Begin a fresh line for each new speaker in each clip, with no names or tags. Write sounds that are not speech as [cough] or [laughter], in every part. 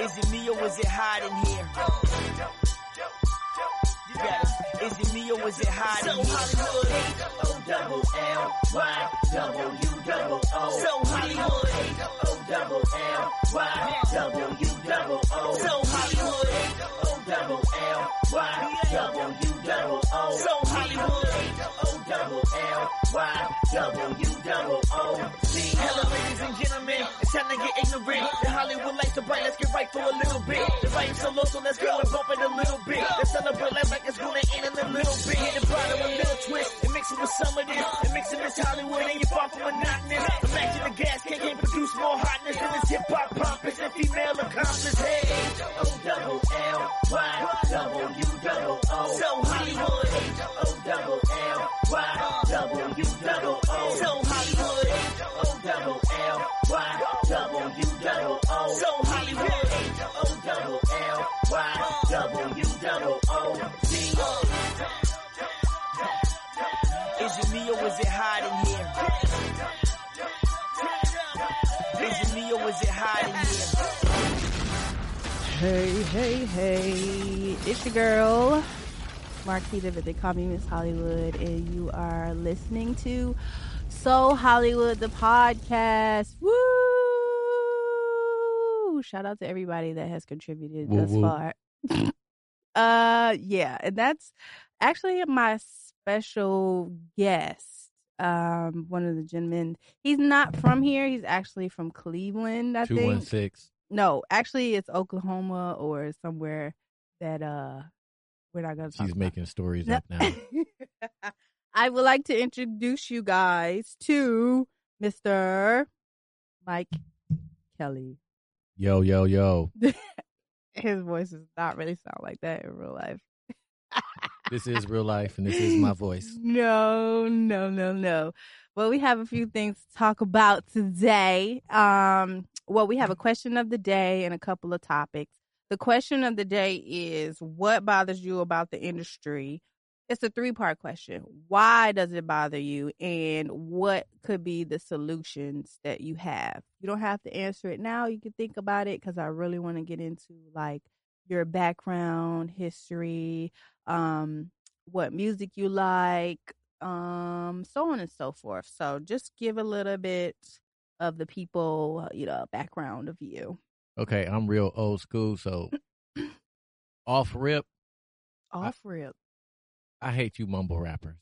Is it me or is it hot in here? You gotta, is it me or is it hot in
So
here?
Hollywood, H O double L Y W double O. So Hollywood, H O double L Y W double O. So Hollywood, H O double L Y W double O. So Hollywood, H O double L Y W double O. E.
Hello, ladies and gentlemen. It's time to get ignorant. The Hollywood lights are bright. Let's get right for a little bit. The vibe's so low, so let's go and bump it a little bit. Let's celebrate life like it's gonna end in a little bit. Hit the bottom a little twist. And mix it with some of this. And mix it with Hollywood and you're far from monotonous. Imagine the gas can can produce more hotness than this hip hop pompous and female accomplice. Hey,
O double L Y W double O.
so Hollywood.
O double L Y W double O.
So Hollywood.
O double L Y W double O.
So Hollywood.
O double L Y W double O.
Is it me or is it hot in here? Is it me or is it hot in here?
Hey, hey, hey. It's your girl, Marquita, but they call me Miss Hollywood, and you are listening to So Hollywood, the podcast. Woo! Shout out to everybody that has contributed
Woo,
thus
woo.
far. [laughs] uh, yeah, and that's actually my special guest. Um, one of the gentlemen. He's not from here. He's actually from Cleveland, I
Two
think
one six.
no, actually, it's Oklahoma or somewhere that uh we're not gonna. talk
She's
about.
making stories
No.
up now.
[laughs] I would like to introduce you guys to Mr. Mike Kelly.
Yo, yo, yo.
His voice does not really sound like that in real life.
This is real life, and this is
[laughs]
my voice.
No, no, no, no. Well, we have a few things to talk about today. Um, well, we have a question of the day and a couple of topics. The question of the day is what bothers you about the industry? It's a three part question. Why does it bother you? And what could be the solutions that you have? You don't have to answer it now. You can think about it because I really want to get into like your background, history, um, what music you like, um, so on and so forth. So just give a little bit of the people, you know, background of you.
Okay, I'm real old school,
[laughs]
so off rip,
Off rip.
I hate you mumble rappers.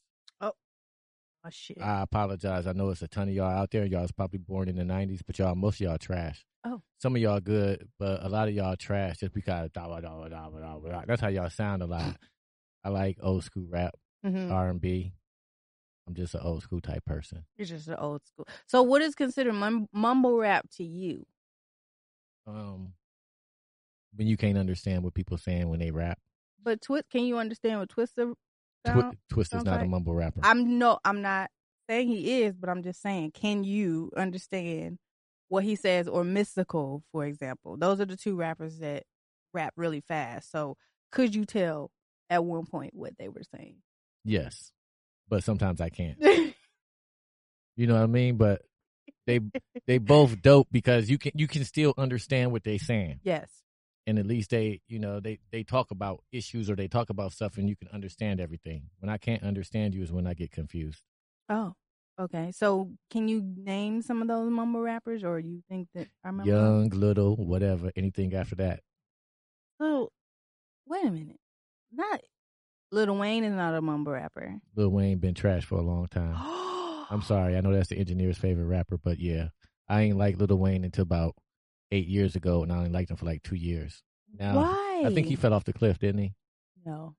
Oh shit.
I apologize. I know it's a ton of y'all out there. Y'all was probably born in the '90s, but y'all, most of y'all trash.
Oh.
Some of y'all good, but a lot of y'all trash just because da da da da da da. That's how y'all sound
[laughs]
a lot. I like old school rap,
Mhm.
R and B. I'm just an old school type person.
You're just an old school. So what is considered mum- mumble rap to you?
Um, when you can't understand what people saying when they rap,
But twi- can you understand what Twister
Twi-
sound?
Twist is
sounds
not a
like-
mumble rapper.
I'm no, I'm not saying he is, but I'm just saying, can you understand what he says or Mystical, for example? Those are the two rappers that rap really fast. So could you tell at one point what they were saying?
Yes, but sometimes I can't. You know what I mean? But they
[laughs]
they both dope because you can you can still understand what they saying,
yes.
and at least they you know they they talk about issues or they talk about stuff, and you can understand everything. When I can't understand you is when I get confused.
Oh, okay. So can you name some of those mumble rappers, or you think that I remember?
Young, little, whatever, anything after that.
So wait a minute. Not Lil Wayne is not a mumble rapper.
Lil Wayne been trash for a long time.
I'm [gasps]
I'm sorry, I know that's the engineer's favorite rapper, but yeah, I ain't like Lil Wayne until about eight years ago, and I only liked him for like two years. Now
Why?
I think he fell off the cliff, didn't he?
no.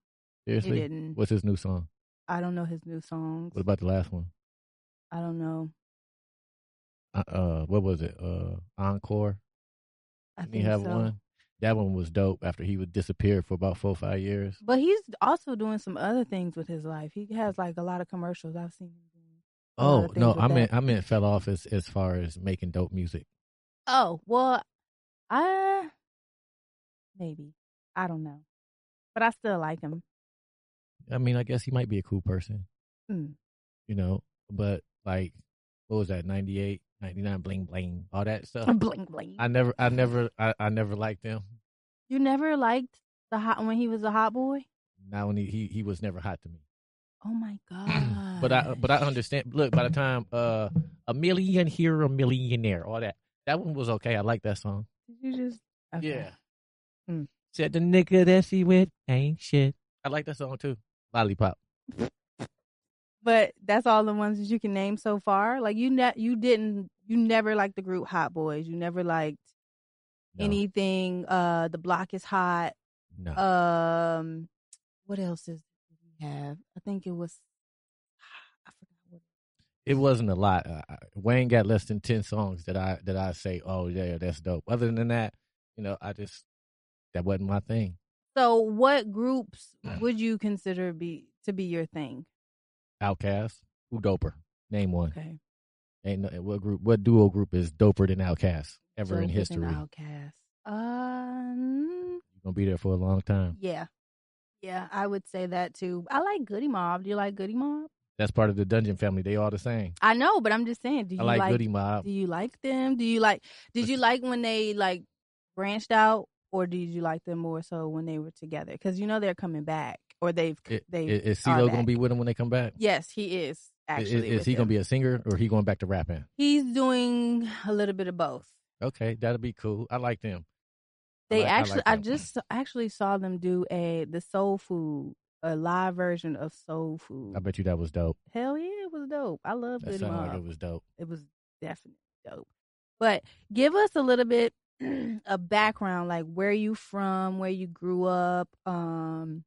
Seriously,
He didn't.
what's his new song?
I don't know his new songs.
What about the last one?
I don't know.
Uh, uh what was it? Uh, Encore.
I
Didn't he
think
have
so.
one? That one was dope. After he would disappear for about four or five years.
But he's also doing some other things with his life. He has like a lot of commercials I've seen him doing. A lot
Oh
of
no,
things with
I
that.
meant I meant fell off as as far as making dope music.
Oh, well, I maybe. I don't know. But I still like him.
I mean, I guess he might be a cool person,
Mm.
you know. But like what was that 98 99 bling bling all that stuff
[laughs] bling bling.
Uh, i never i never i, I never liked him
you never liked the hot when he was a hot boy.
not when he, he he was never hot to me [clears throat]
Oh my god.
but i but i understand look by the time uh a million here a millionaire all that that one was okay i like that song
You just okay.
Yeah.
Mm.
Said the nigga that she with ain't shit. I like that song too. Lollipop.
But that's all the ones that you can name so far. Like you, ne- you didn't, you never liked the group Hot Boys. You never liked
No,
anything. Uh, the block is hot.
no.
uh, Um, what else is did we have? I think it was. [sighs] I forgot what.
it wasn't a lot. Uh, I- Wayne got less than ten songs that I that I say, oh yeah, that's dope. Other than that, you know, I just that wasn't my thing.
So, what groups
Mm.
would you consider be to be your thing?
Outcast, who doper? Name one.
Okay,
Ain't no, what group? What duo group is doper than Outcast ever in history? Mm. you
Outcast. Um,
gonna be there for a long time.
yeah, yeah, I would say that too. I like Goody Mob. Do you like Goody Mob?
That's part of the Dungeon family. They all the same.
I know, but I'm just saying. Do you
I like,
like?
Goody Mob.
do you like them? Do you like? Did you like when they like branched out, or did you like them more so when they were together? Because you know they're coming back, or they've c-
It-
they.
Is, is
are
CeeLo gonna
back.
be with them when they come back?
yes, he is
I- i-
actually.
is,
with
he
them.
gonna be a singer or he going back to rapping?
He's doing a little bit of both.
Okay, that'll be cool. I like them. I
They
like- I like
actually, I,
that.
just actually saw them do a the Soul Food, a live version of Soul Food.
I bet you that was dope.
Hell yeah, it was dope. I love
That
Good
sounded like
Mob.
it was dope.
it was definitely dope. But give us a little bit [clears throat] of background, like where you from, where you grew up. Um,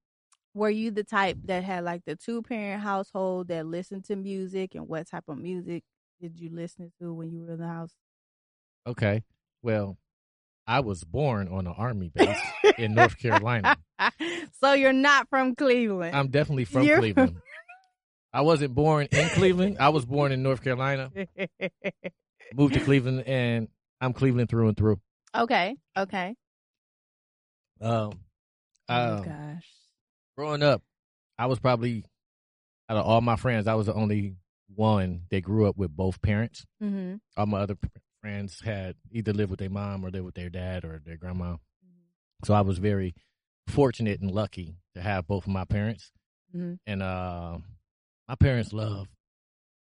were you the type that had like the two parent household that listened to music, and what type of music did you listen to when you were in the house? [laughs]
Okay, well, I was born on an
[laughs]
army base in North Carolina.
so you're not from Cleveland.
I'm definitely from
You're-
Cleveland. I wasn't born in Cleveland. I was born in North Carolina. Moved to Cleveland, and I'm Cleveland through and through.
[laughs] okay, okay.
Um,
oh
um,
gosh.
growing up, I was probably out of all my friends, I was the only one that grew up with both parents.
Mm-hmm.
all my other p- friends had either lived with their mom or lived with their dad or their grandma. So I was very fortunate and lucky to have both of my parents.
Mhm.
And uh, my parents love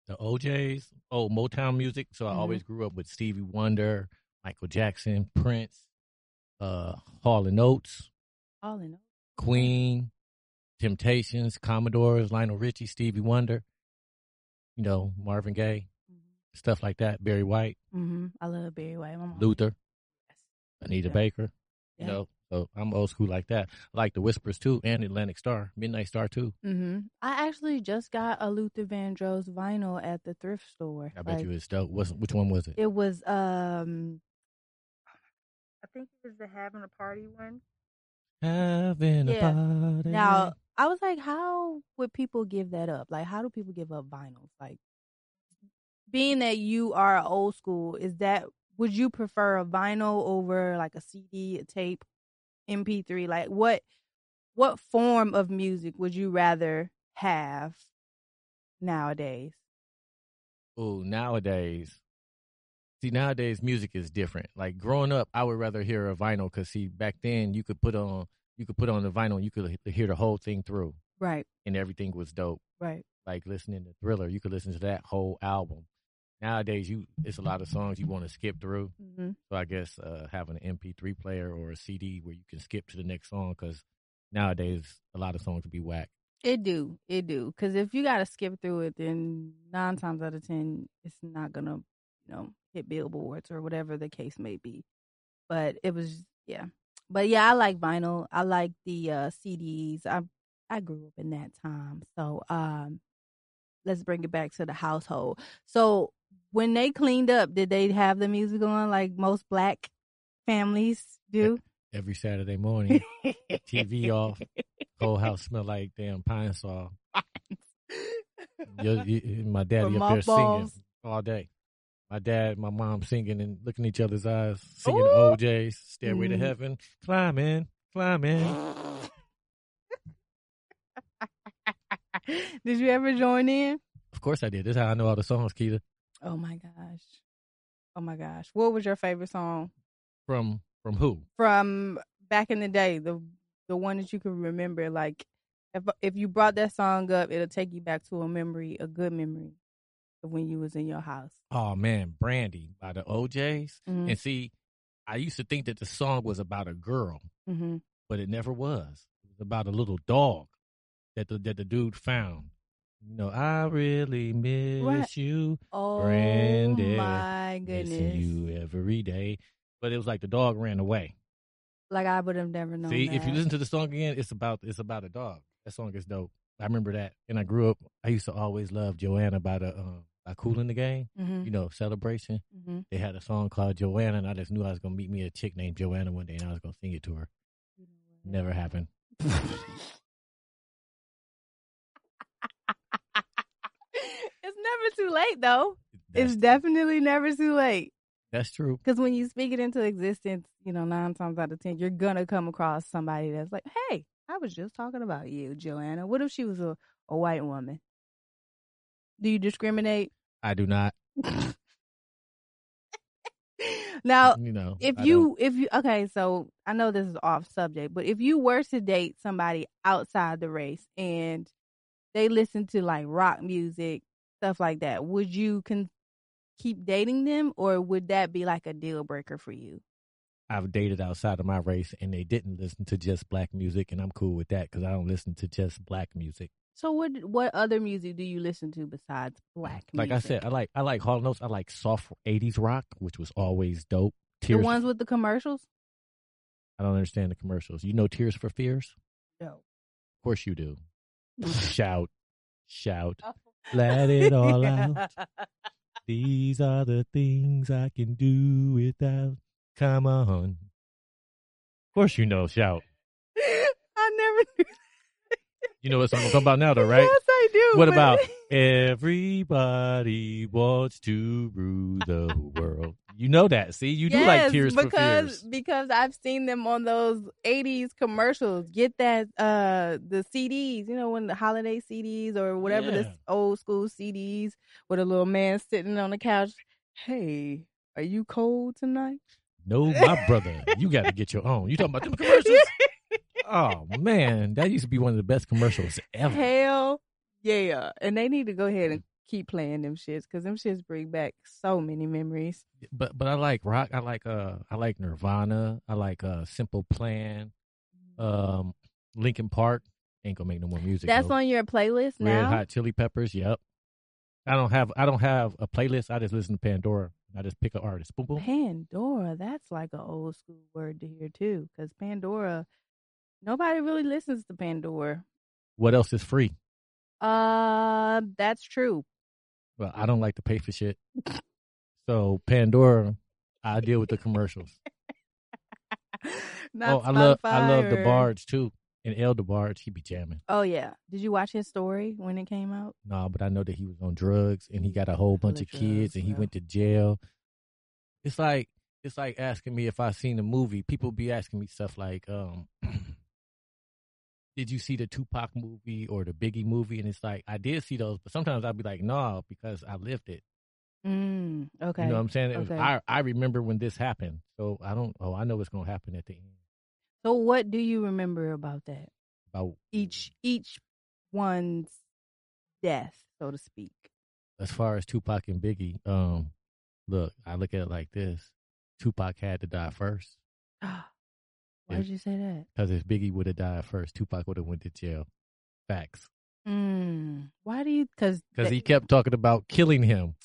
the OJs, old Motown music. So I
Mhm.
always grew up with Stevie Wonder, Michael Jackson, Prince, uh, Hall and Oates,
All in all.
Queen, Temptations, Commodores, Lionel Richie, Stevie Wonder, you know, Marvin Gaye, stuff like that, Barry White,
Mm-hmm. I love Barry White. My mom-
Luther.
Yes.
Anita
Yeah.
Baker.
Yeah.
You know, so I'm old school like that. I like the Whispers too, and Atlantic Star, Midnight Star too.
hmm I actually just got a Luther Vandross vinyl at the thrift store.
I bet
Like,
you it's dope. What's, which one was it?
it was um I think it was the having a party one.
Having
Yeah.
a party.
Now I was like, how would people give that up? Like how do people give up vinyls? Like being that you are old school, is that would you prefer a vinyl over like a CD, a tape, MP3? Like what what form of music would you rather have nowadays?
Ooh, nowadays. See, nowadays music is different. Like growing up, I would rather hear a vinyl because see, back then you could put on you could put on the vinyl, and you could he- hear the whole thing through,
Right,
and everything was dope.
right.
Like listening to Thriller, you could listen to that whole album. Nowadays, you it's a lot of songs you want to skip through.
Mm-hmm.
So I guess uh, having an MP3 player or a CD where you can skip to the next song because nowadays a lot of songs be whack.
It do, it do. Because if you gotta skip through it, then nine times out of ten, it's not gonna, you know, hit billboards or whatever the case may be. But it was, yeah. But yeah, I like vinyl. I like the uh CDs. I I grew up in that time, so um, let's bring it back to the household. So when they cleaned up, did they have the music on like most black families do?
Every Saturday morning,
[laughs]
TV off, whole house smell like damn pine saw. Yo- y- y- my daddy
From
up there singing
mothballs.
all day. My dad, my mom singing and looking each other's eyes, singing
Ooh.
the OJs, Stairway
Mhm.
to Heaven, climbing, climbing.
Did you ever join in? [laughs]
Of course I did. This is how I know all the songs, Keita.
Oh my gosh. Oh my gosh. What was your favorite song
From from who?
from back in the day? The the one that you can remember like if if you brought that song up, it'll take you back to a memory, a good memory of when you was in your house.
Oh man, Brandy by the OJ's.
Mhm.
And see, I used to think that the song was about a girl,
Mhm.
but it never was. It was about a little dog that the that the dude found. You know, I really miss
Right.
you,
Oh
Brandy,
my
missing
goodness!
you every day. But it was like the dog ran away.
Like I would have never known.
See, if you
that.
listen to the song again, it's about it's about a dog. That song is dope. I remember that, and I grew up. I used to always love Joanna by the um, by Cool in the Game.
Mhm,
You know, Celebration.
mhm.
They had a song called Joanna, and I just knew I was gonna meet me a chick named Joanna one day, and I was gonna sing it to her. Never happened.
[laughs] it's never too late though.
That's,
it's definitely never too late
that's true.
because when you speak it into existence, you know nine times out of ten you're gonna come across somebody that's like, "Hey, I was just talking about you, Joanna. What if she was a, a white woman? Do you discriminate?"
I
[laughs]
do not. [laughs]
now,
you know,
Uh, if
I
you if you okay so i know this is off subject but if you were to date somebody outside the race and they listen to like rock music stuff like that would you can keep dating them or would that be like a deal breaker for you
don't- I've dated outside of my race, and they didn't listen to just black music, and I'm cool with that because I don't listen to just black music.
so what what other music do you listen to besides black
Like I
music?
said, uh, I like I like Hall Notes. I like soft '80s rock, which was always dope.
the
Tears.
ones with the commercials
I don't understand the commercials. You know, Tears for Fears.
no
Of course you do. shout, shout,
Oh. [laughs]
let it all out. These are the things I can do without. Come on. Of course you know, shout.
[laughs] i never knew
You know what song I'm talking about now, though,
[laughs]
right?
yes i do
What
but- [laughs]
about everybody wants to rule the world? You know that. See, you do like Tears for
because
Fears.
because I've seen them on those '80s commercials. Get that uh the CDs, you know, when the holiday CDs or whatever this
Yeah.
old school CDs with a little man sitting on the couch. Hey, are you cold tonight?
No, my brother, you got to get your own. You talking about them
[laughs]
commercials? Oh man, that used to be one of the best commercials ever. Mm-hmm.
Hell yeah! And they need to go ahead and keep playing them shits because them shits bring back so many memories.
But but I like rock. I like uh I like Nirvana. I like uh Simple Plan. Um, Lincoln Park ain't gonna make no more music.
That's
though.
on your playlist
Red
now.
Hot Chili Peppers. Yep. I don't have I don't have a playlist. I just listen to Pandora. I just pick an artist. Boom boom.
Pandora, that's like an old school word to hear too, because Pandora, nobody really listens to Pandora.
What else is free?
Uh, that's true. [laughs]
Well, I don't like to pay for shit. So Pandora, I deal with
[laughs]
the commercials.
Not
oh, I love I
Spotify
love the
or-
Barge too. And El DeBarge, he be jamming.
Oh yeah, did you watch his story when it came out?
No, but I know that he was on drugs and he got a whole bunch of
Hella
kids
drugs,
and he
yeah.
went to jail. It's like it's like asking me if I seen a movie. People be asking me stuff like, um, [clears throat] "Did you see the Tupac movie or the Biggie movie?" And it's like I did see those, but sometimes I'd be like, "No," because I lived it.
Mm, okay.
You know what I'm saying? It was-
okay.
I I remember when this happened, so I don't. Oh, I know what's gonna happen at the end.
so what do you remember about that?
About
Each each one's death, so to speak.
as far as Tupac and Biggie, um, look, I look at it like this: Tupac had to die first.
[gasps] Why
Yeah.
did you say that?
Because if Biggie would have died first, Tupac would have went to jail. Facts.
Mm, why do you? Because
Because he kept talking about killing him.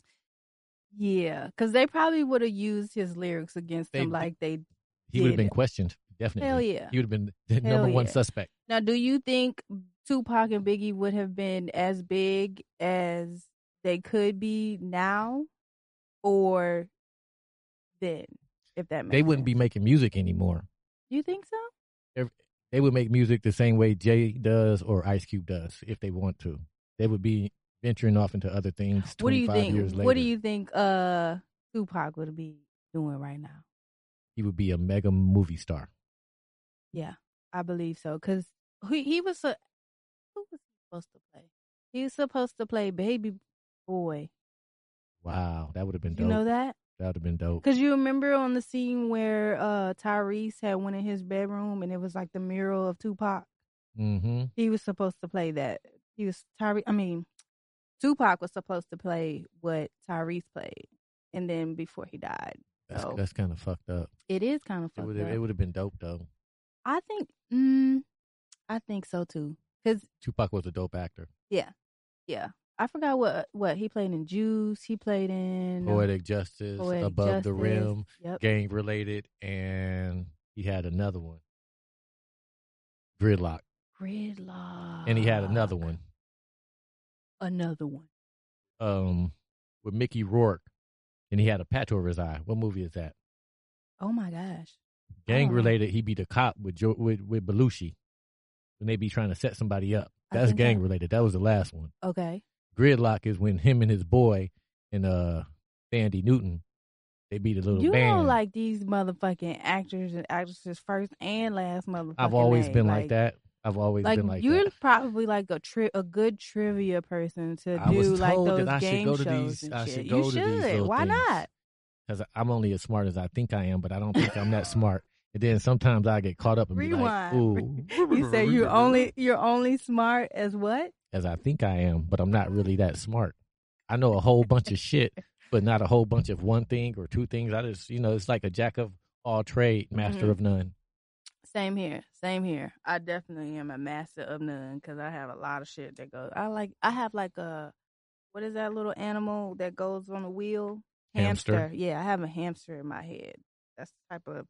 Yeah, because they probably would have used his lyrics against
They
him
d-
like they
He would have
Did.
been questioned. Definitely.
hell yeah.
He would have been the
Hell
number one
yeah.
suspect.
Now, do you think Tupac and Biggie would have been as big as they could be now, or then, if that makes
They wouldn't be
sense?
making music anymore.
You think so?
They would make music the same way Jay does or Ice Cube does if they want to. They would be venturing off into other things
What do you
25 years
think?
later.
What do you think? Uh, Tupac would be doing right now?
He would be a mega movie star.
Yeah, I believe so. Cause he he was a, who was he supposed to play? He was supposed to play Baby Boy
Wow, that would have been dope.
You know that?
that would have been dope.
Because you remember on the scene where uh, Tyrese had went in his bedroom and it was like the mural of Tupac.
Mm-hmm.
He was supposed to play that. He was Tyrese. I mean, Tupac was supposed to play what Tyrese played, and then before he died,
That's,
So-
that's kind of fucked up.
it is kind of
It
Oh. fucked
would
up.
it would have been dope though.
I think. Mm, I think so too. Because
Tupac was a dope actor.
yeah, I forgot what what he played in. Juice. He played in. um,
Poetic Justice,
Poetic
Above the
Justice.
Rim,
Yep.
Gang Related, and he had another one. Gridlock.
Gridlock.
And he had another one.
Another one.
Um with Mickey Rourke. And he had a patch over his eye. What movie is that?
Oh my gosh.
Gang
Oh.
related, he beat a cop with jo- with with Belushi when they be trying to set somebody up.
I
That's
think I-
gang related. That was the last one.
Okay.
Gridlock is when him and his boy and uh Sandy Newton they beat a little
You
band.
know, like these motherfucking actors and actresses, first and last motherfucking.
I've always
name.
been like, that. I've always
Like,
been like
you're
that.
probably like a tri- a good trivia person to
I
do
was
like
told
those
that I should
game
go to
shows
these-
and
I
shit.
should
you
go to
should.
these little
Why
things.
not?
Because I'm only as smart as I think I am, but I don't think
[laughs]
I'm that smart. And then sometimes I get caught up and be like, ooh,
Rewind. You say you only you're only smart as what?
as I think I am, but I'm not really that smart. I know a whole bunch of shit, but not a whole bunch of one thing or two things. I just, you know, it's like a jack of all trade, master
Mhm.
of none.
Same here. Same here. I definitely am a master of none because I have a lot of shit that goes. I like. I have like a what is that little animal that goes on a wheel?
Hamster.
Yeah, I have a hamster in my head. That's the type of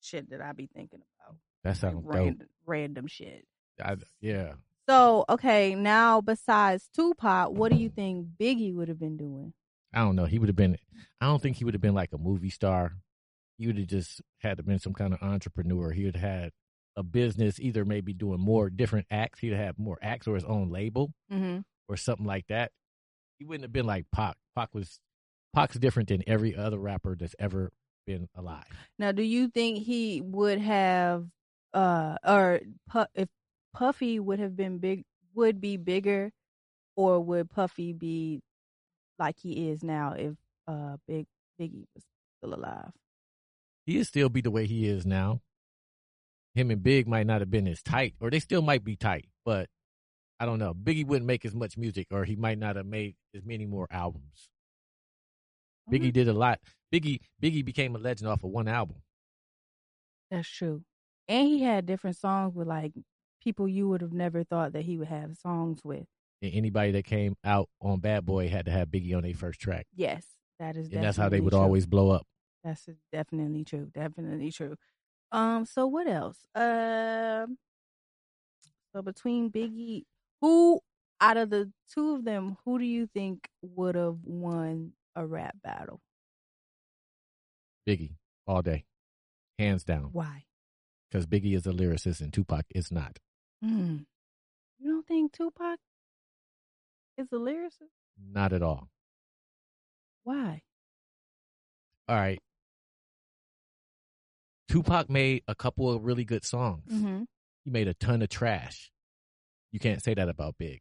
shit that I be thinking about.
That sounds dope.
random, random shit.
I, yeah.
So okay, now besides Tupac, what do you think Biggie would have been doing?
I don't know. He would have been. I don't think he would have been like a movie star. He would have just had to been some kind of entrepreneur. He would have had a business, either maybe doing more different acts. He'd have more acts or his own label
Mm-hmm.
or something like that. He wouldn't have been like Pac. Pac was Pac's different than every other rapper that's ever been alive.
Now, do you think he would have, uh, or Pu- if Puffy would have been big, would be bigger, or would Puffy be like he is now if uh Big Biggie was still alive?
He'd still be the way he is now. Him and Big might not have been as tight, or they still might be tight, but I don't know. Biggie wouldn't make as much music, or he might not have made as many more albums. Biggie did a lot. Biggie Biggie became a legend off of one album.
That's true, and he had different songs with like people you would have never thought that he would have songs with.
And anybody that came out on Bad Boy had to have Biggie on their first track.
Yes, that is.
And that's how they
definitely
would
true.
always blow up.
That's definitely true. Definitely true. Um, so what else? Um, so between Biggie, who out of the two of them, who do you think would have won a rap battle?
Biggie all day. Hands down.
Why?
Because Biggie is a lyricist and Tupac is not.
Hmm. You don't think Tupac is a lyricist?
Not at all.
Why?
All right. Tupac made a couple of really good songs.
Mm-hmm.
He made a ton of trash. You can't say that about Big.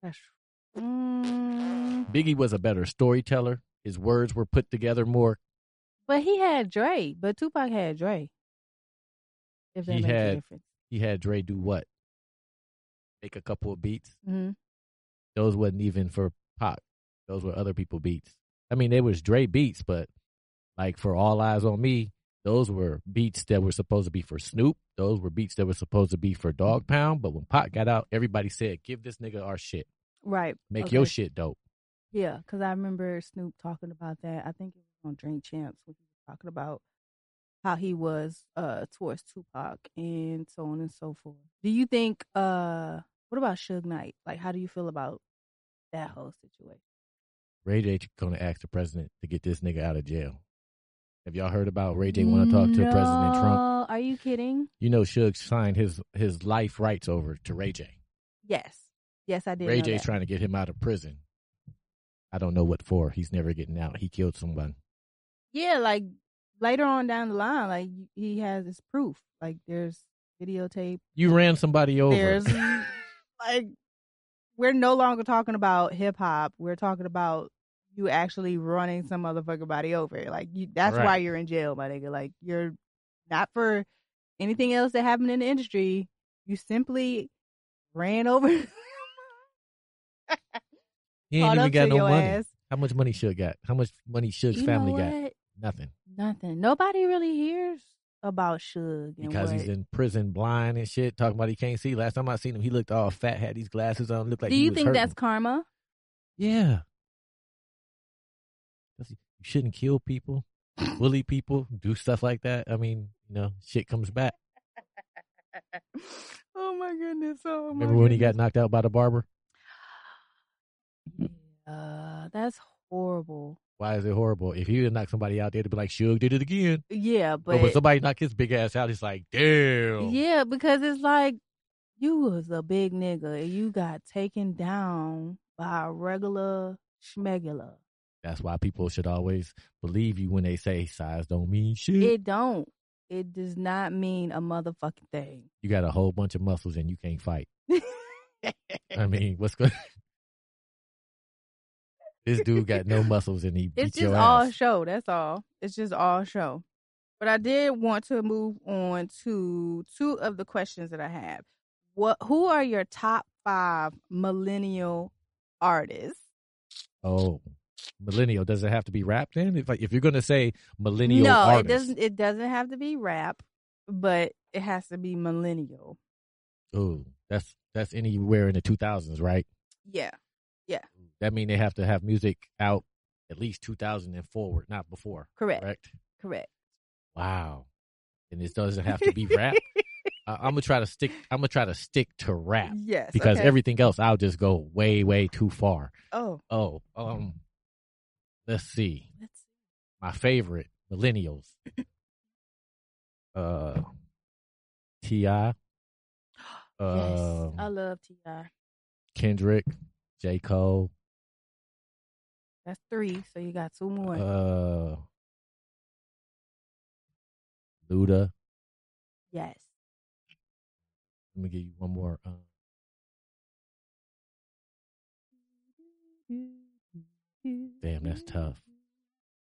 That's true. Mm,
Biggie was a better storyteller. His words were put together more
but he had Dre. But Tupac had Dre. If that
He
makes a
had-
difference.
he had Dre do what? Make a couple of beats.
Mm-hmm.
Those wasn't even for Pac. Those were other people beats. I mean, they was Dre beats, but like for All Eyes on Me, those were beats that were supposed to be for Snoop. Those were beats that were supposed to be for Dog Pound. But when Pac got out, everybody said, "Give this nigga our shit.
Right.
Make
Okay.
your shit dope."
Yeah, because I remember Snoop talking about that. I think it was on Drink Champs when he was talking about how he was uh towards Tupac and so on and so forth. Do you think uh what about Suge Knight? Like how do you feel about that whole situation?
Ray J gonna ask the president to get this nigga out of jail. Have y'all heard about Ray J want to talk to President Trump?
No, Are you kidding?
You know, Suge signed his his life rights over to Ray J.
Yes. Yes, I did.
Ray
know
J's
that.
trying to get him out of prison. I don't know what for. He's never getting out. He killed someone.
yeah, like later on down the line, like he has his proof. Like there's videotape
You ran somebody over.
There's like we're no longer talking about hip hop. We're talking about you actually running some motherfucker body over. Like you, that's
Right.
why you're in jail, my nigga. Like you're not for anything else that happened in the industry. You simply ran over. [laughs]
He
caught
ain't even
up
got
to
no
your
money.
ass.
How much money Suge got? How much money Suge's
You know
family got?
what?
Nothing.
Nothing. Nobody really hears about Suge and
Because
what-
he's in prison, blind and shit, talking about he can't see. Last time I seen him, he looked all fat, had these glasses on, looked like
Do
he
you
was
think
hurting.
that's karma? [laughs]
Yeah. 'Cause You shouldn't kill people, bully people, do stuff like that. I mean, you know, shit comes back.
oh my goodness! Oh, my
Remember when he got
goodness.
knocked out by the barber?
Uh, that's horrible.
Why is it horrible? If he had knocked somebody out, they'd be like, Suge did it again.
Yeah, but,
But, when somebody knocked his big ass out, it's like, damn.
yeah, because it's like you was a big nigga and you got taken down by a regular schmegula.
That's why people should always believe you when they say size don't mean shit.
It don't. It does not mean a motherfucking thing. [laughs]
you got a whole bunch of muscles and you can't fight. I mean, what's good? [laughs] this dude
[laughs]
got no muscles and he beat
it's
your
just all
ass.
show. That's all. It's just all show. But I did want to move on to two of the questions that I have. What? Who are your top five millennial artists?
oh, millennial. Does it have to be rap then? If like, if you're gonna say millennial
no,
artist,
it doesn't. It doesn't have to be rap, but it has to be millennial.
Ooh, that's that's anywhere in the 2000s, right?
Yeah,
That mean they have to have music out at least 2000 and forward, not before.
correct,
Correct.
correct.
Wow. And this doesn't have to
[laughs]
be rap. I, I'm gonna try to stick. I'm gonna try to stick to rap
Yes,
because
okay.
everything else I'll just go way way too far.
oh,
Oh, um, let's see.
that's
My favorite
[laughs]
millennials. Uh, Ti. Uh,
yes. I love Ti.
um, Kendrick, J Cole.
That's three. So you got two more.
Uh, Luda.
yes.
Let me give you one more. Uh, damn, that's
Mm-hmm.
tough.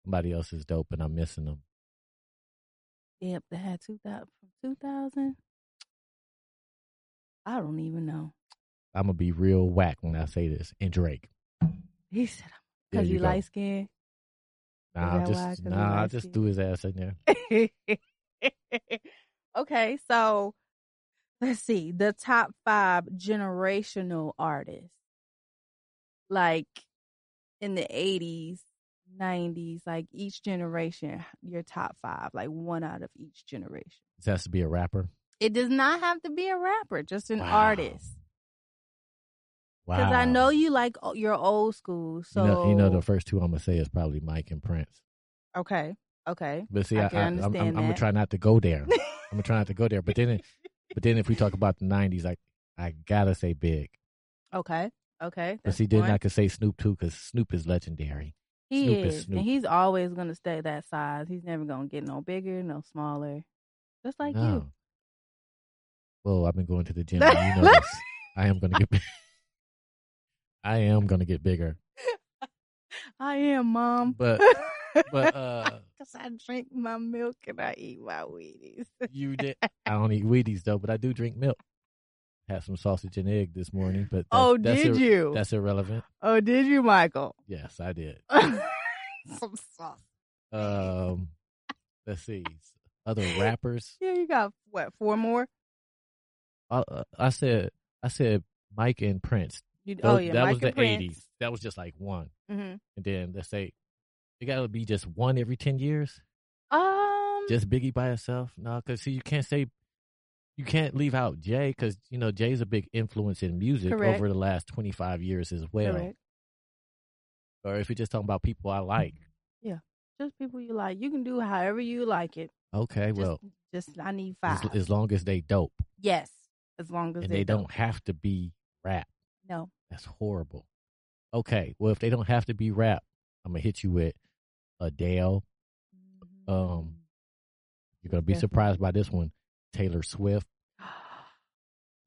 Somebody else is dope, and I'm missing them.
Yep, they had two thousand from two thousand. I don't even know.
I'm gonna be real whack when I say this. And Drake.
He said
There
because
you
you
go.
light skin.
Nah,
that
I'll
why? 'Cause
just
he
nah, I
light
just
skinned?
threw his ass in there.
[laughs] okay, so let's see the top five generational artists, like in the eighties, nineties, like each generation, your top five, like one out of each generation.
This has to be a rapper.
It does not have to be a rapper, just an
Wow.
artist.
Wow.
Because I know you like o- your old school,
You
so
know, you know the first two I'm gonna say is probably Mike and Prince.
okay, okay, [laughs]
But see,
I
I,
can
I, am I'm, I'm
understand
gonna
that.
try not to go there. I'm gonna try not to go there.
[laughs]
But then, but then if we talk about the '90s, I I gotta say Big.
okay, okay.
But
that's
see, then
one.
I could say Snoop too, because Snoop is legendary.
He
Snoop is
is,
Snoop.
and he's always gonna stay that size. He's never gonna get no bigger, no smaller. Just like you.
No. Well, I've been going to the gym.
[laughs]
and You know this. I am gonna get. big- [laughs] I am gonna get bigger.
I am, mom. [laughs]
But but uh,
because I drink my milk and I eat my Wheaties.
you did. I don't eat Wheaties though, but I do drink milk. Had some sausage and egg this morning, but that's,
oh,
that's
did
ir-
you?
That's irrelevant.
Oh, did you, Michael? [laughs]
Yes, I did.
Some sauce.
Um, let's see. Other rappers.
Yeah, you got what? Four more?
I, uh, I said. I said Mike and Prince.
You,
Tho-
oh yeah,
that
Mike
was the
and Prince.
'80s. That was just like one.
hmm
And then let's say it got to be just one every 10 years.
Um,
Just Biggie by itself. No, because see, you can't say, you can't leave out Jay because, you know, Jay's a big influence in music
Correct.
over the last 25 years as well.
correct.
Or if you're just talking about people I like.
Just people you like. You can do however you like it.
Okay,
Just,
well,
just I need
as,
five.
as long as they dope
yes, as long as
and they
don't.
don't Um, have to be rap.
No,
That's horrible. Okay, well, if they don't have to be rap, I'm going to hit you with Adele. Um,
Mm-hmm.
You're going to be
Definitely.
surprised by this one. Taylor Swift.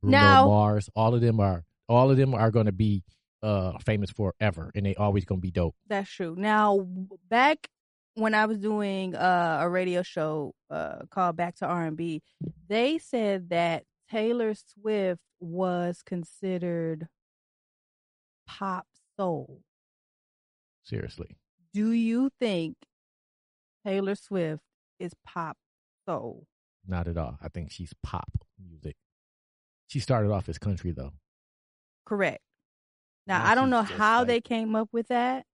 Bruno
Now-
Mars, all of them are all of them are going to be uh famous forever and they always gonna be dope.
[gasps] That's true. Now, w- back when I was doing uh, a radio show uh, called Back to R&B, they said that Taylor Swift was considered pop soul.
Seriously.
Do you think Taylor Swift is pop soul?
Not at all. I think she's pop music. She started off as country though.
Correct. Now
Now
I don't
she's
know
just
how
like-
they came up with that,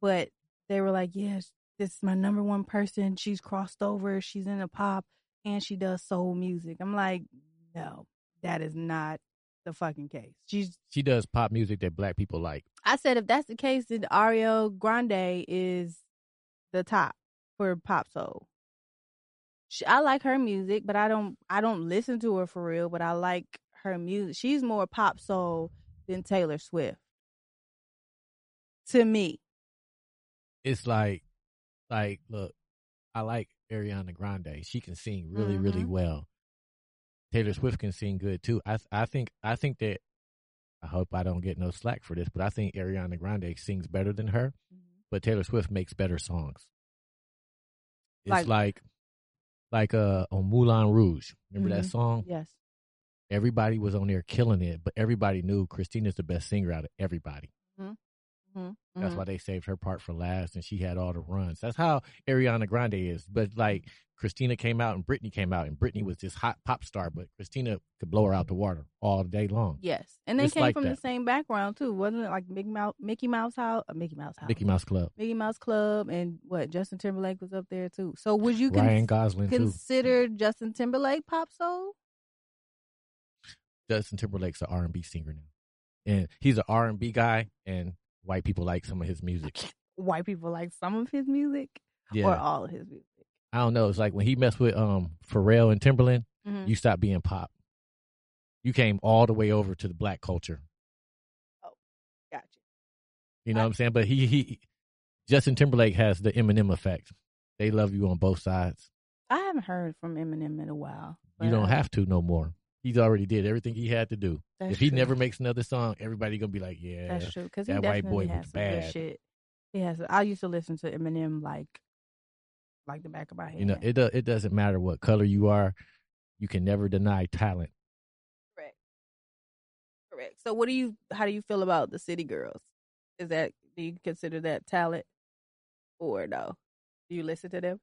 but they were like, "Yes, this is my number one person. She's crossed over. She's in the pop, and she does soul music." I'm like, "No, that is not the fucking case." She's.
She does pop music that black people like.
I said, if that's the case, then Ariel Grande is the top for pop soul. She, I like her music, but I don't. I don't listen to her for real. But I like her music. She's more pop soul than Taylor Swift. To me,
It's like like look, I like Ariana Grande. She can sing really, really well. Taylor Swift can sing good too. I I think I think that I hope I don't get no slack for this, but I think Ariana Grande sings better than her. but Taylor Swift makes better songs. It's
Like-
like like, uh on Moulin Rouge. Remember
Mm-hmm.
that song?
yes.
Everybody was on there killing it, but everybody knew Christina's the best singer out of everybody. That's
Mhm.
why they saved her part for last, and she had all the runs. That's how Ariana Grande is. But like Christina came out, and Britney came out, and Britney was this hot pop star, but Christina could blow her out the water all day long.
Yes, and they
It's
came
like
from the
that.
same background too, wasn't it? Like Mickey Mouse, Mickey Mouse House, uh, Mickey Mouse House,
Mickey Mouse Club,
Mickey Mouse Club, and what? Justin Timberlake was up there too. So would you cons-
Ryan Gosling too.
consider Justin Timberlake pop soul?
Justin Timberlake's an R and B singer now, and he's an R and B guy, and white people like some of his music.
White people like some of his music
Yeah,
or all of his music.
I don't know. It's like when he messed with um Pharrell and Timberland,
Mhm.
you stopped being pop. You came all the way over to the black culture.
Gotcha.
You know what I'm saying? But he he Justin Timberlake has the Eminem effect. They love you on both sides.
I haven't heard from Eminem in a while. but,
You don't
uh,
have to no more. He's already did everything he had to do.
that's
if he
true.
never makes another song, everybody gonna be like, yeah.
That's true. Because he
that
definitely
white boy
has
was
some good
bad.
shit. He has. I used to listen to Eminem like, like the back of my head.
You know, it do, it doesn't matter what color you are. You can never deny talent.
correct. So, what do you? How do you feel about the City Girls? Is that do you consider that talent, or no? Do you listen to them?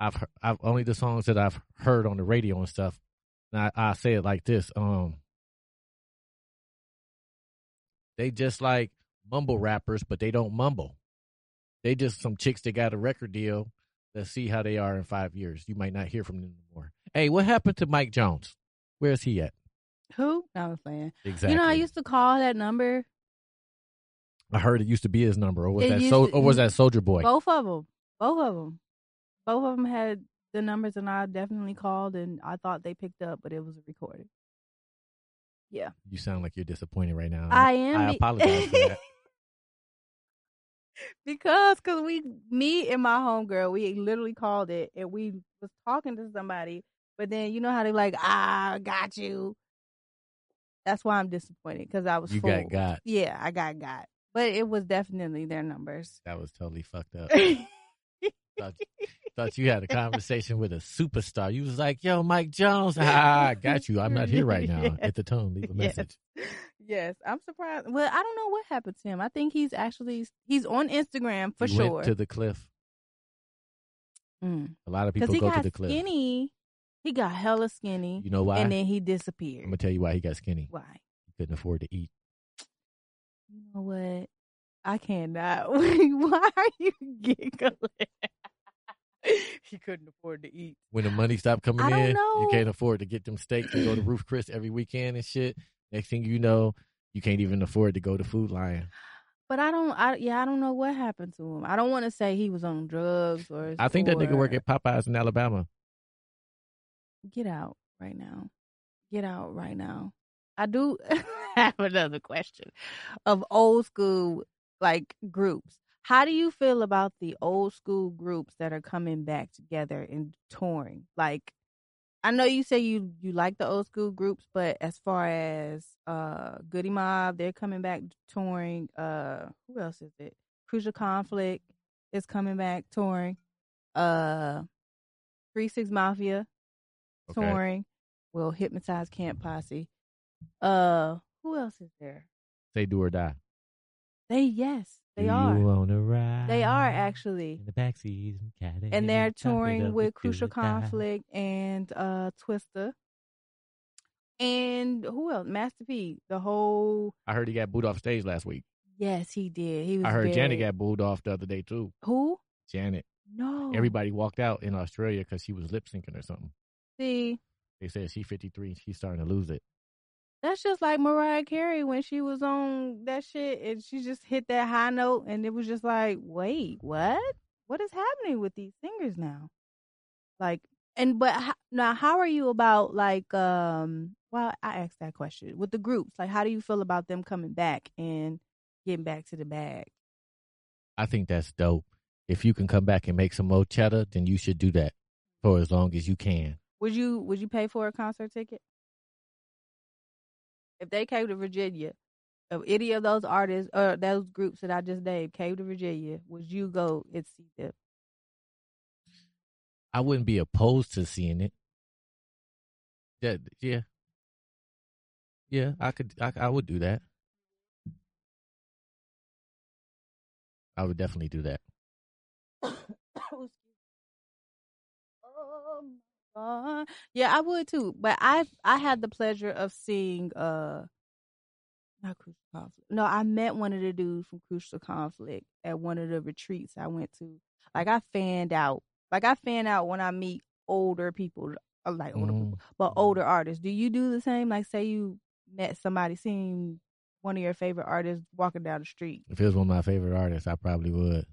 I've heard, I've only the songs that I've heard on the radio and stuff. And I, I say it like this: um, they just like mumble rappers, but they don't mumble. They just some chicks that got a record deal. Let's see how they are in five years. You might not hear from them anymore. Hey, what happened to Mike Jones? Where is he at?
Who? No, I was playing.
Exactly.
You know, I used to call that number
I heard it used to be his number, or was
It
that
used
so,
to-
or was that Soldier Boy?
both of them. Both of them. Both of them had the numbers, and I definitely called, and I thought they picked up, but it was recorded.
You sound like you're disappointed right now.
I am.
I
be-
apologize for
[laughs]
that.
because because we me and my homegirl we literally called it and we was talking to somebody but then you know how they like ah got you that's why i'm disappointed because i was
You
fooled.
got got.
yeah i got got but it was definitely their numbers [laughs]
That was totally fucked up.
i
thought, thought you had a conversation with a superstar. You was like, "Yo, Mike Jones, ah, I got you. I'm not here
[laughs]
right now."
Yes.
At the tone, leave a
Yes.
message.
yes i'm surprised well i don't know what happened to him i think he's actually he's on instagram for
He
sure
went to the cliff.
Mm.
A lot of
'Cause
people
he
go
got
to the cliff.
skinny he got hella skinny
You know why?
and then he
I'm
disappeared
gonna tell you why he got skinny.
why
He couldn't afford to eat.
You know what? I cannot. [laughs] Why are you giggling? [laughs] he couldn't afford to eat.
When the money stopped coming
I don't
in,
know.
you can't afford to get them steaks and go to Roof Chris every weekend and shit. Next thing you know, you can't even afford to go to Food Lion.
But I don't. I yeah. I don't know what happened to him. I don't want to say he was on drugs or.
I think that nigga work
or-
at Popeyes in Alabama.
Get out right now. Get out right now. I do [laughs] have another question of old school like groups. How do you feel about the old school groups that are coming back together and touring? Like I know you say you you like the old school groups, but as far as uh Goody Mob, they're coming back touring. Uh who else is it? Crucial Conflict is coming back touring. Uh Three Six Mafia
Okay.
touring. Will hypnotize Camp Posse. Uh who else is there?
Say do or die.
They yes, they
Do
are.
You wanna ride
They are actually.
In the backseat, of Cadillac,
and they're
top it
touring
up
with
do
Crucial
or die.
Conflict and uh Twister. And who else? Master P. The whole
I heard he got booed off stage last week.
yes, he did. He was.
I heard
very...
Janet got booed off the other day too.
who?
Janet.
No.
Everybody walked out in Australia because she was lip syncing or something.
See,
They said she 53 and she's starting to lose it.
that's just like Mariah Carey when she was on that shit and she just hit that high note and it was just like, wait, what? What is happening with these singers now? Like, and but ho- now, how are you about like? um Well, I asked that question with the groups. Like, how do you feel about them coming back and getting back to the bag?
I think that's dope. If you can come back and make some more cheddar, then you should do that for as long as you can.
Would you Would you pay for a concert ticket if they came to Virginia? If any of those artists or those groups that I just named came to Virginia, would you go and see them?
I wouldn't be opposed to seeing it. That yeah, yeah. I could. I, I would do that. I would definitely do that.
[coughs] Excuse me. Oh my God. Yeah, I would too. But I I had the pleasure of seeing uh not Crucial Conflict. No, I met one of the dudes from Crucial Conflict at one of the retreats I went to. Like I fanned out. Like I fan out when I meet older people, uh, like older people,
Mm.
but older artists. Do you do the same? Like say you met somebody, seeing one of your favorite artists walking down the street,
If it was one of my favorite artists, I probably would.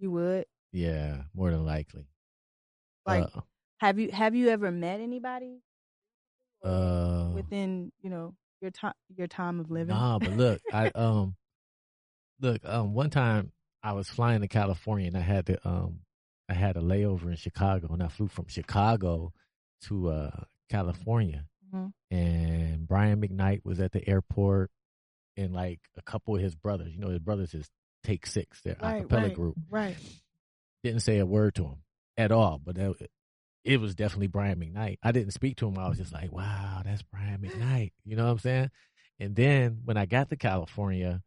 you would.
Yeah, more than likely.
Like
uh,
have you have you ever met anybody
uh,
within you know your time your time of living. [laughs]
Nah, but look, I um, look, um, one time I was flying to California and I had to um, I had a layover in Chicago and I flew from Chicago to uh California
Mhm.
and Brian McKnight was at the airport and like a couple of his brothers, you know, his brothers is Take Six, their
Right,
acapella
right,
group, [laughs]
right.
Didn't say a word to him at all, but that, it was definitely Brian McKnight. I didn't speak to him. I was just like, wow, that's Brian McKnight. You know what I'm saying? And then when I got to California,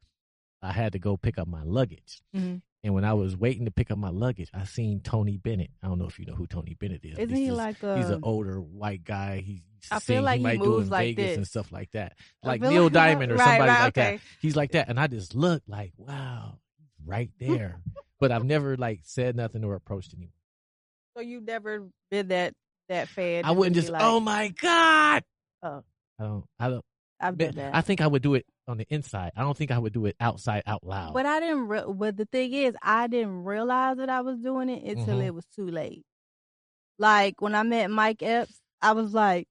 I had to go pick up my luggage.
Mhm.
And when I was waiting to pick up my luggage, I seen Tony Bennett. I don't know if you know who Tony Bennett is. but
Isn't
he's
he
this-
like um, a?
he's an older white guy. He's
I feel
sing-
like he
he might do
moves
in
like
Vegas
this.
and stuff like that, like
feel
Neil
like-
Diamond
[laughs]
or
Right,
somebody
right,
like
okay.
that. He's like that, and I just looked like, wow, he's right there.
[laughs]
but I've never like said nothing or approached anyone.
so you've never been that that fan.
I wouldn't just, oh my god.
Oh.
I don't. I don't.
I've done that.
I think I would do it on the inside. I don't think I would do it outside out loud.
but I didn't. Re- but the thing is, I didn't realize that I was doing it until
Mhm.
it was too late. Like when I met Mike Epps, I was like,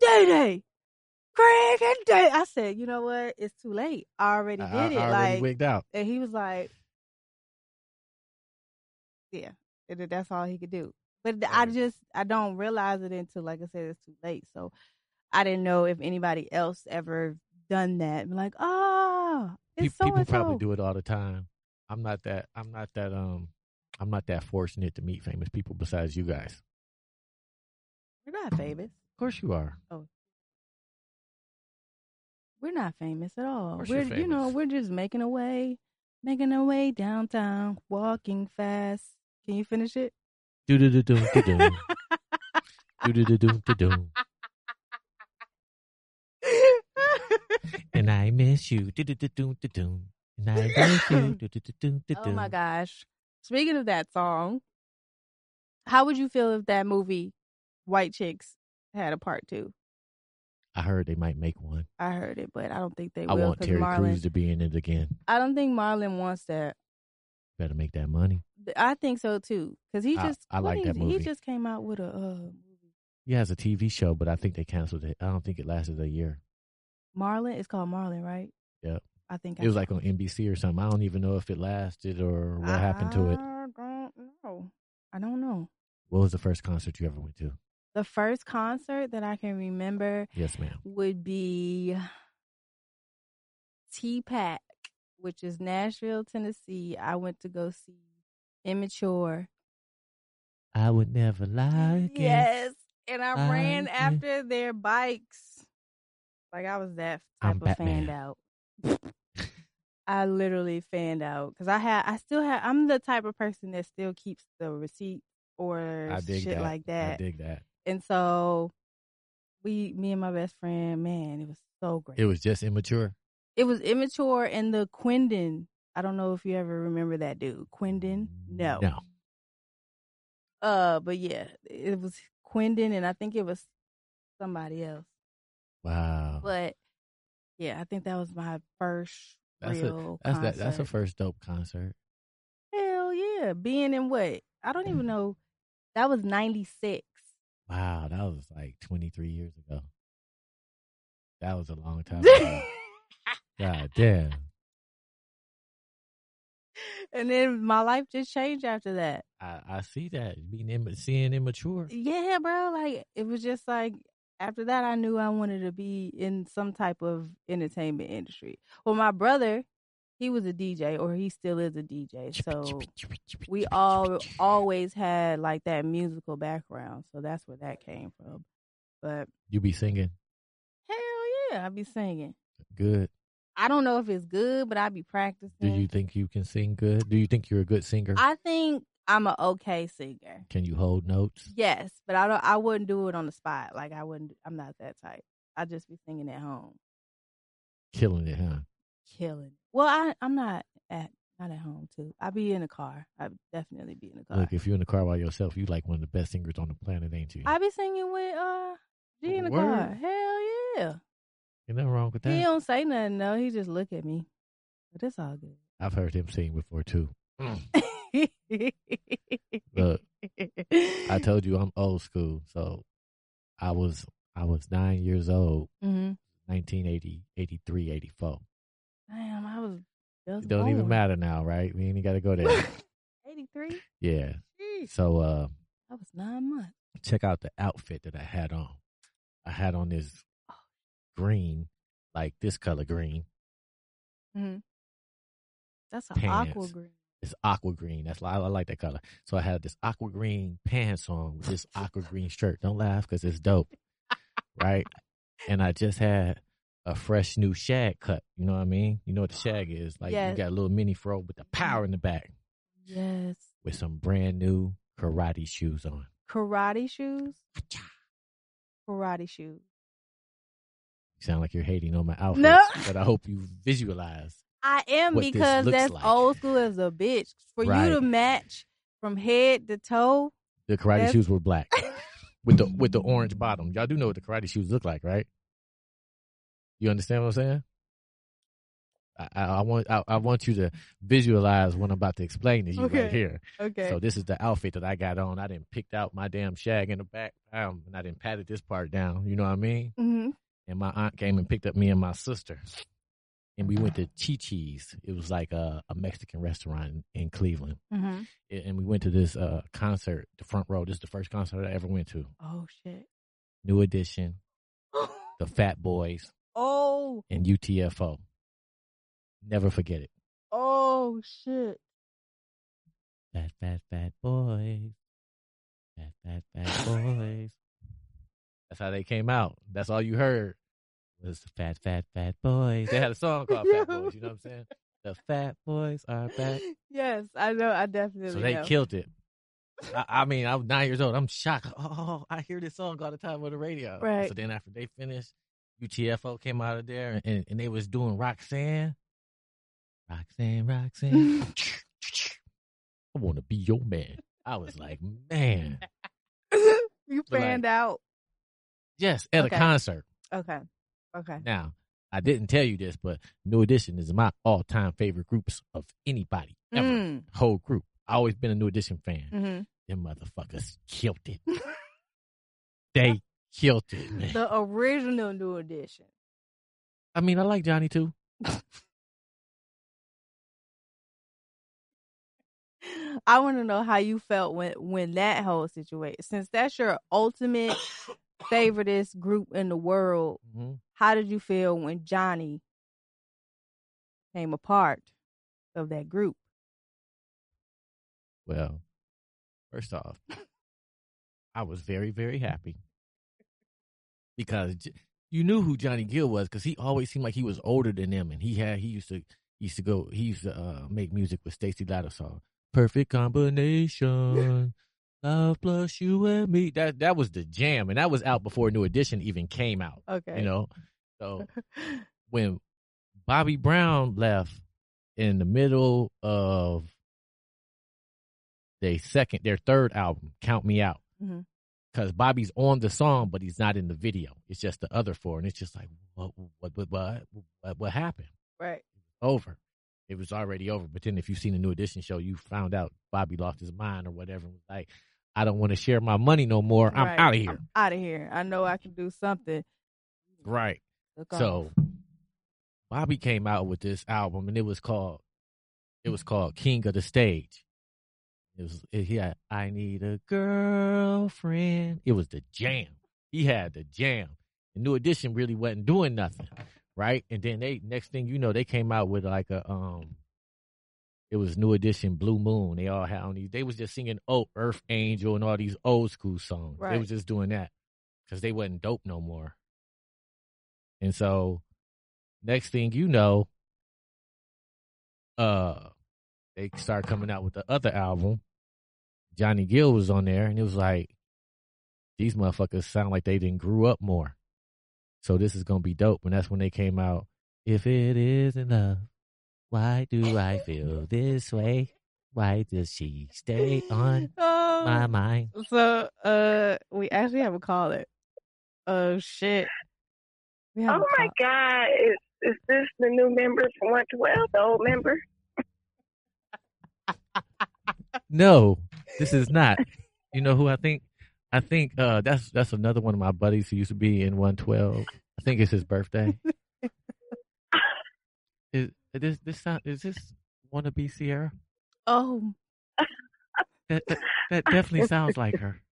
"Day Day, Craig and Day." I said, "You know what? It's too late. I already did
I, I
it."
already
like
wigged out.
And he was like, yeah, and then that's all he could do. But th- I
Right.
just, I don't realize it until, like I said, it's too late. So I didn't know if anybody else ever done that. Been like, oh,
Pe-
it's so
people
and
probably
so.
do it all the time. I'm not that. I'm not that. Um, I'm not that fortunate to meet famous people besides you guys.
We're not famous.
Of course
[laughs]
you are.
We're not famous at all.
course you're
We're, you know,
famous.
we're just making a way, making a way downtown, walking fast. Can you finish it? [laughs]
Do do do do do do. Do do do do do do. And I miss you. Do do do do do do. And I
[laughs]
miss you. Do do do do do do.
Oh my gosh. Speaking of that song, how would you feel if that movie White Chicks had a part two?
I heard they might make one.
I heard it, but I don't think they
I
will
want
because
Terry
Marlon.
Crews to be in it again.
I don't think Marlon wants that.
Better make that money.
Th- I think so too, because he
I-
just
I
what
like
he,
that
he
movie.
just came out with a uh,
He has a TV show, but I think they canceled it. I don't think it lasted a year.
Marlon. It's called Marlon, right?
Yep.
I think
It was like on NBC or something. I
Uh-huh.
don't even know if it lasted or what happened to it.
I don't know. I don't know.
What was the first concert you ever went to?
The first concert that I can remember
Yes, ma'am.
would be T Pack, which is Nashville, Tennessee. I went to go see Immature.
I would never lie again.
Yes. And I, ran
Again.
after their bikes. Like I was that type
I'm
of fanned
Batman.
out. [laughs] I literally fanned out because I had, I still have, I'm the type of person that still keeps the receipt or
I dig
shit
that.
like that.
I dig that.
And so we, me and my best friend, man, it was so great.
It was just immature.
It was immature and the Quindon. I don't know if you ever remember that dude. Quindon? No.
No.
Uh, but yeah, it was Quindon and I think it was somebody else.
Wow.
But yeah, I think that was my first
That's a-
real
that's
concert.
that. That's a first dope concert.
Hell yeah. Being in what? I don't
Mm.
even know. That was 96.
Wow, that was like 23 years ago. That was a long
[laughs]
time ago.
and
God damn.
then my life just changed after that.
I, I see that being Im- seeing immature.
yeah, bro. Like it was just like after that, I knew I wanted to be in some type of entertainment industry. Well, my brother, he was a DJ, or he still is a DJ. So we all always had like that musical background. So that's where that came from. But
You be singing
hell yeah, I be singing.
good.
I don't know if it's good, but I be practicing.
Do you think you can sing good? Do you think you're a good singer?
I think I'm an okay singer.
can you hold notes?
Yes, but I don't. I wouldn't do it on the spot. Like I wouldn't. I'm not that type. I just be singing at home.
Killing it, huh?
killing. Well, I I'm not at not at home too. I be in the car. I would definitely be in the car.
Look, if you're in the car by yourself, you like one of the best singers on the planet, ain't you?
I be singing with uh G in the car.
Word.
Hell yeah.
Ain't nothing wrong with that.
He don't say nothing though. He just look at me. But it's all
I've heard him sing before too.
good.
Look,
[laughs]
I told you I'm old school, so I was I was nine years old,
hmm
1980, 83, 84.
Damn, I was.
It don't even matter now, right? We ain't got to go
[laughs]
there.
Eighty three.
yeah. So uh,
That was nine months.
check out the outfit that I had on. I had on this green, like this color green.
That's an
Pants.
aqua green.
It's aqua green. That's why I, I like that color. So I had this aqua green pants on with this aqua green shirt. Don't laugh because it's dope, right? And I just had a fresh new shag cut. You know what I mean? You know what the shag is? Like
Yes.
you got a little mini fro with the power in the back
Yes.
with some brand new karate shoes on.
Karate shoes. Karate shoes.
You sound like you're hating on my outfit,
No. [laughs]
but I hope you visualize.
I am
what this
because
looks
that's
like.
old school as a bitch. For you to
Right.
match from head to toe,
The karate
That's-
shoes
[laughs]
were black with the with the orange bottom. Y'all do know what the karate shoes look like, right? You understand what I'm saying? I, I I want I, I want you to visualize what I'm about to explain to you
Okay.
right here.
okay,
So this is the outfit that I got on. I didn't picked out my damn shag in the back, um, and I didn't patted this part down. You know what I mean?
hmm
And my aunt came and picked up me and my sister, and we went to Chi Chi's. It was like a, a Mexican restaurant in- in Cleveland
hmm
and and we went to this uh, concert, the front row. This is the first concert I ever went to.
oh shit, [gasps]
New Edition, the Fat Boys,
oh
and UTFO. Never forget it.
oh shit,
Fat, fat, fat boys. Fat, fat, [laughs] fat boys. That's how they came out. That's all you heard was the fat, fat, fat boys. They had a song [laughs] called Fat Boys. You know what I'm saying? The Fat Boys are back.
[gasps] yes, I know, I definitely
So they
know.
killed it. I, I mean, I was nine years old. I'm shocked. [laughs] Oh, I hear this song all the time on the radio.
Right.
So then after they finished, UTFO came out of there and, and, they was doing Roxanne. Roxanne, Roxanne.
[laughs]
I want to be your man. I was like, man.
[laughs] you
So, like-
fanned out,
Yes, at
Okay.
a concert.
okay, okay,
Now, I didn't tell you this, but New Edition is my all time favorite groups of anybody ever.
mm.
Whole group. I always been a New Edition fan.
mhm.
[laughs] Them motherfuckers killed it. [laughs] they killed it, man.
the original new edition. [gasps]
I mean, I like Johnny too.
I want to know how you felt when when that whole situation. Since that's your
[coughs]
ultimate favoriteest group in the world,
Mhm.
how did you feel when Johnny came a part of that group?
Well, first off, [laughs] I was very, very happy because J- you knew who Johnny Gill was because he always seemed like he was older than them, and he had he used to he used to go he used to uh, make music with Stacy Lattice song "Perfect Combination." Love plus you and me. That that was the jam, and that was out before New Edition even came out.
Okay.
You know, so when Bobby Brown left in the middle of their second, their third album, Count Me Out,
Mhm.
because Bobby's on the song, but he's not in the video. It's just the other four, and it's just like, what, what, what, what, what, what happened?
[gasps] Right.
Over. It was already over. But then, if you've seen the new edition show, you found out Bobby lost his mind or whatever. and was like, I don't want to share my money no more. I'm
Right.
out of here.
Out of here. I know I can do something.
right.
Look
So
off.
Bobby came out with this album and it was called it was called King of the Stage. It was it, he had I need a girlfriend. It was the jam. He had the jam. The new edition really wasn't doing nothing. Right? And then they next thing you know, they came out with like a um it was new edition Blue Moon. They all had on these they was just singing Oh Earth Angel and all these old school songs. They
Right.
was just doing that. Cause they wasn't dope no more. And so next thing you know, uh, they start coming out with the other album. Johnny Gill was on there, and it was like, these motherfuckers sound like they didn't grew up more. So this is gonna be dope. And that's when they came out. If it isn't love, why do I feel this way? Why does she stay on
[laughs] Oh.
my mind?
So uh we actually have a caller. Oh shit. We have
Oh
a
my
call-
God! Is is this the new member from One Twelve? The old member?
No, this is not. You know who I think? I think uh, that's that's another one of my buddies who used to be in 112. I think it's his birthday. is this this sound, is this wanna be Sierra?
Oh
That, that [laughs] that definitely sounds like her.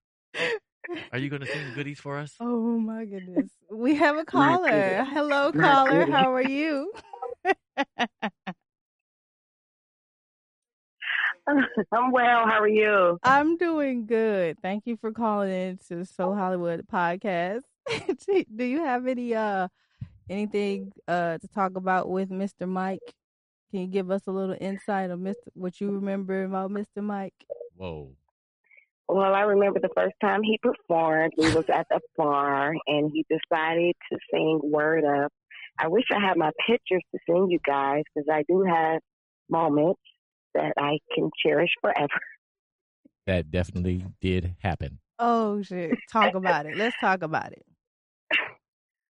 Are you gonna sing goodies for us?
[laughs] oh my goodness. We have a caller. Hello caller, how are you?
[laughs] I'm well. How are you?
I'm doing good. Thank you for calling in to So Hollywood podcast. [laughs] Do do you have any uh anything uh to talk about with Mr. Mike? Can you give us a little insight on Mr. what you remember about Mr. Mike?
Whoa.
Well, I remember the first time he performed. We was at the bar, and he decided to sing "Word Up." I wish I had my pictures to send you guys because I do have moments that I can cherish forever. [laughs]
That definitely did happen.
Oh shit. Talk about it. Let's talk about it.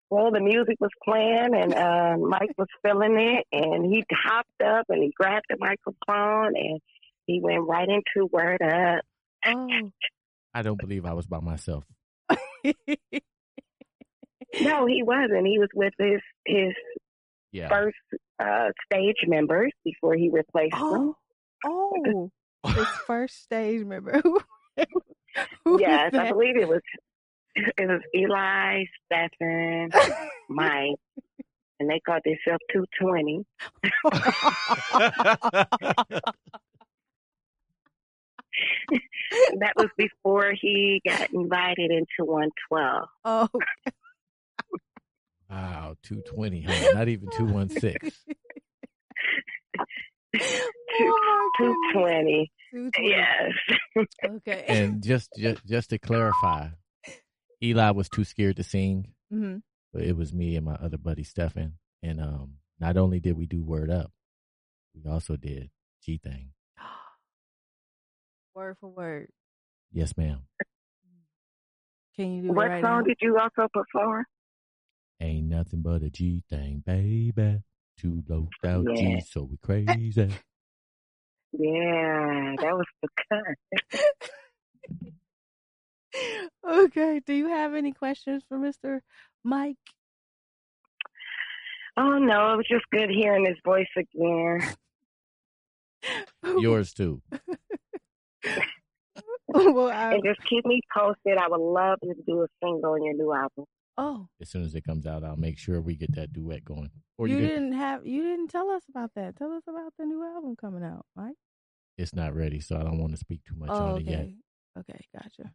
Well, the music was playing, and uh, Mike was feeling it, and he hopped up and he grabbed the microphone, and he went right into "Word Up."
Oh.
I don't believe I was by myself.
No, he wasn't. He was with his his
Yeah.
first [laughs] uh, stage members before he replaced them.
Oh, [laughs]
[laughs]
oh, his first stage member. [laughs] Who- [laughs] who was
Yes, I
that?
believe it was [laughs] it was Eli,
[laughs]
Stefan, Mike, and they called themselves two twenty. That was before he got invited into one twelve.
oh,
[laughs] wow, 220, huh? Not even 216.
[laughs] oh my
Two
goodness.
twenty.
Two twenty.
Yes.
Okay. [laughs]
and just, just just to clarify, Eli was too scared to sing,
Mhm.
but it was me and my other buddy Stefan. And um, not only did we do Word Up, we also did G Thing.
Word for word.
Yes, ma'am.
Can you do
What
it right
song
now?
did you also perform?
Ain't nothing but a G Thing, baby. Too low down
Yeah.
G, so we crazy.
Yeah, that was the cut.
[laughs] okay. Do you have any questions for Mr. Mike? [laughs]
Oh no, it was just good hearing his voice again.
Yours too.
well, I,
And just keep me posted. I would love to do a single on your new album.
oh,
As soon as it comes out, I'll make sure we get that duet going. Or
you
you, can,
didn't have you didn't tell us about that. Tell us about the new album coming out, right?
it's not ready, so I don't want to speak too much
Oh,
on it yet.
okay. Okay, gotcha.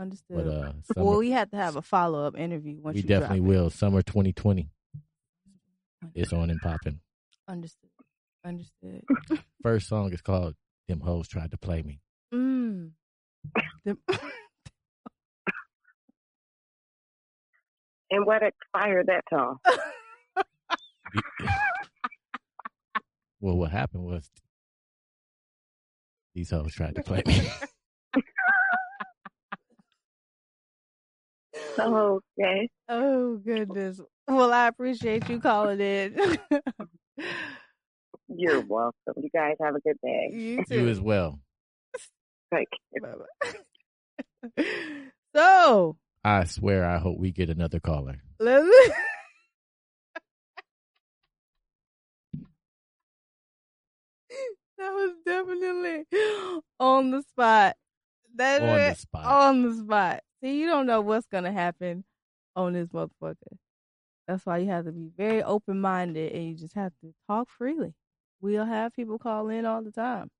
Understood.
But uh, summer,
[laughs] well, we had to have a follow up interview once
we
you drop
definitely
it.
will. Summer 2020 is on and popping.
Understood. Understood.
First song is called "Them Hoes Tried to Play Me."
Mm. The-
And what inspired that
[laughs]
song?
Well, what happened was these hoes tried to play
[laughs]
me. [laughs]
So, okay.
oh goodness. Well, I appreciate you calling in. [laughs]
You're welcome. You guys have a good day.
you
you
too.
as well.
Like,
Bye-bye. [laughs] so
I swear, I hope we get another caller.
let's. [laughs] that was definitely on the spot. That
On the spot.
on the spot. See, you don't know what's gonna happen on this motherfucker. That's why you have to be very open minded and you just have to talk freely. We'll have people call in all the time.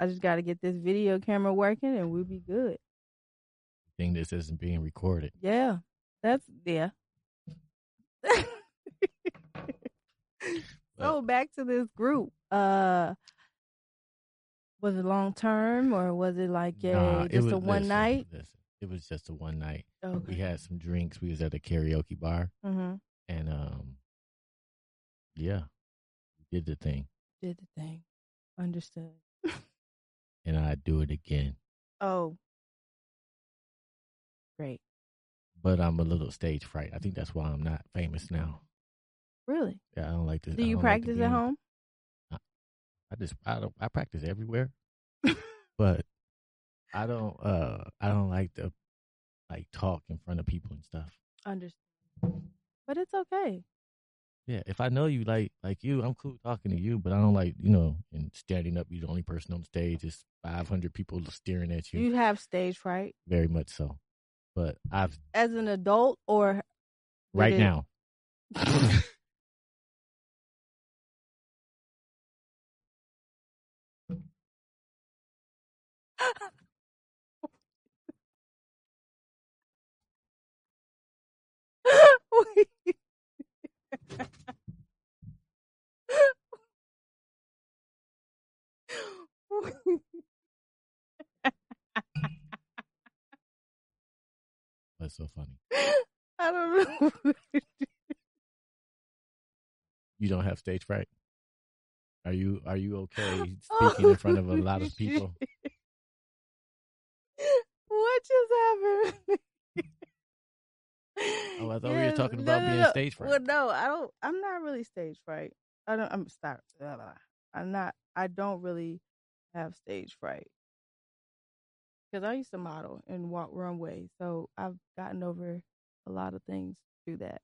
I just gotta get this video camera working and we'll be good.
Thing this isn't being recorded.
Yeah. That's yeah. [laughs] so back to this group. Uh was it long term or was it like a,
Nah, it
just
was-
a one
listen,
night?
listen, it was just a one night. We
Okay.
had some drinks. We was at a karaoke bar,
Mm-hmm.
and um, yeah, we did the thing,
did the thing. Understood.
and I do it again.
Oh. Great.
But I'm a little stage fright. I think that's why I'm not famous now.
Really?
Yeah, I don't like to.
Do
I
you
don't like to
practice
be
at
in-
home?
I just I don't I practice
[laughs]
everywhere, but I don't uh I don't like to like talk in front of people and stuff.
Understood. But it's okay.
Yeah, if I know you like like you, I'm cool talking to you, but I don't like you know and standing up. You're the only person on stage. It's 500 people staring at you.
You have stage fright
Very much so. But I've
as an adult or
right
is- [laughs]
now. That's so funny.
[laughs] I don't know. [laughs]
You don't have stage fright. Are you Are you
[laughs]
okay
Oh,
speaking in front of a lot of people?
what just happened?
Oh, I thought we were talking about being stage fright.
Well, no, I don't. I'm not really stage fright. I don't. I'm stop. blah, blah, blah. I'm not. I don't really have stage fright because I used to model and walk runway, so I've gotten over a lot of things through that.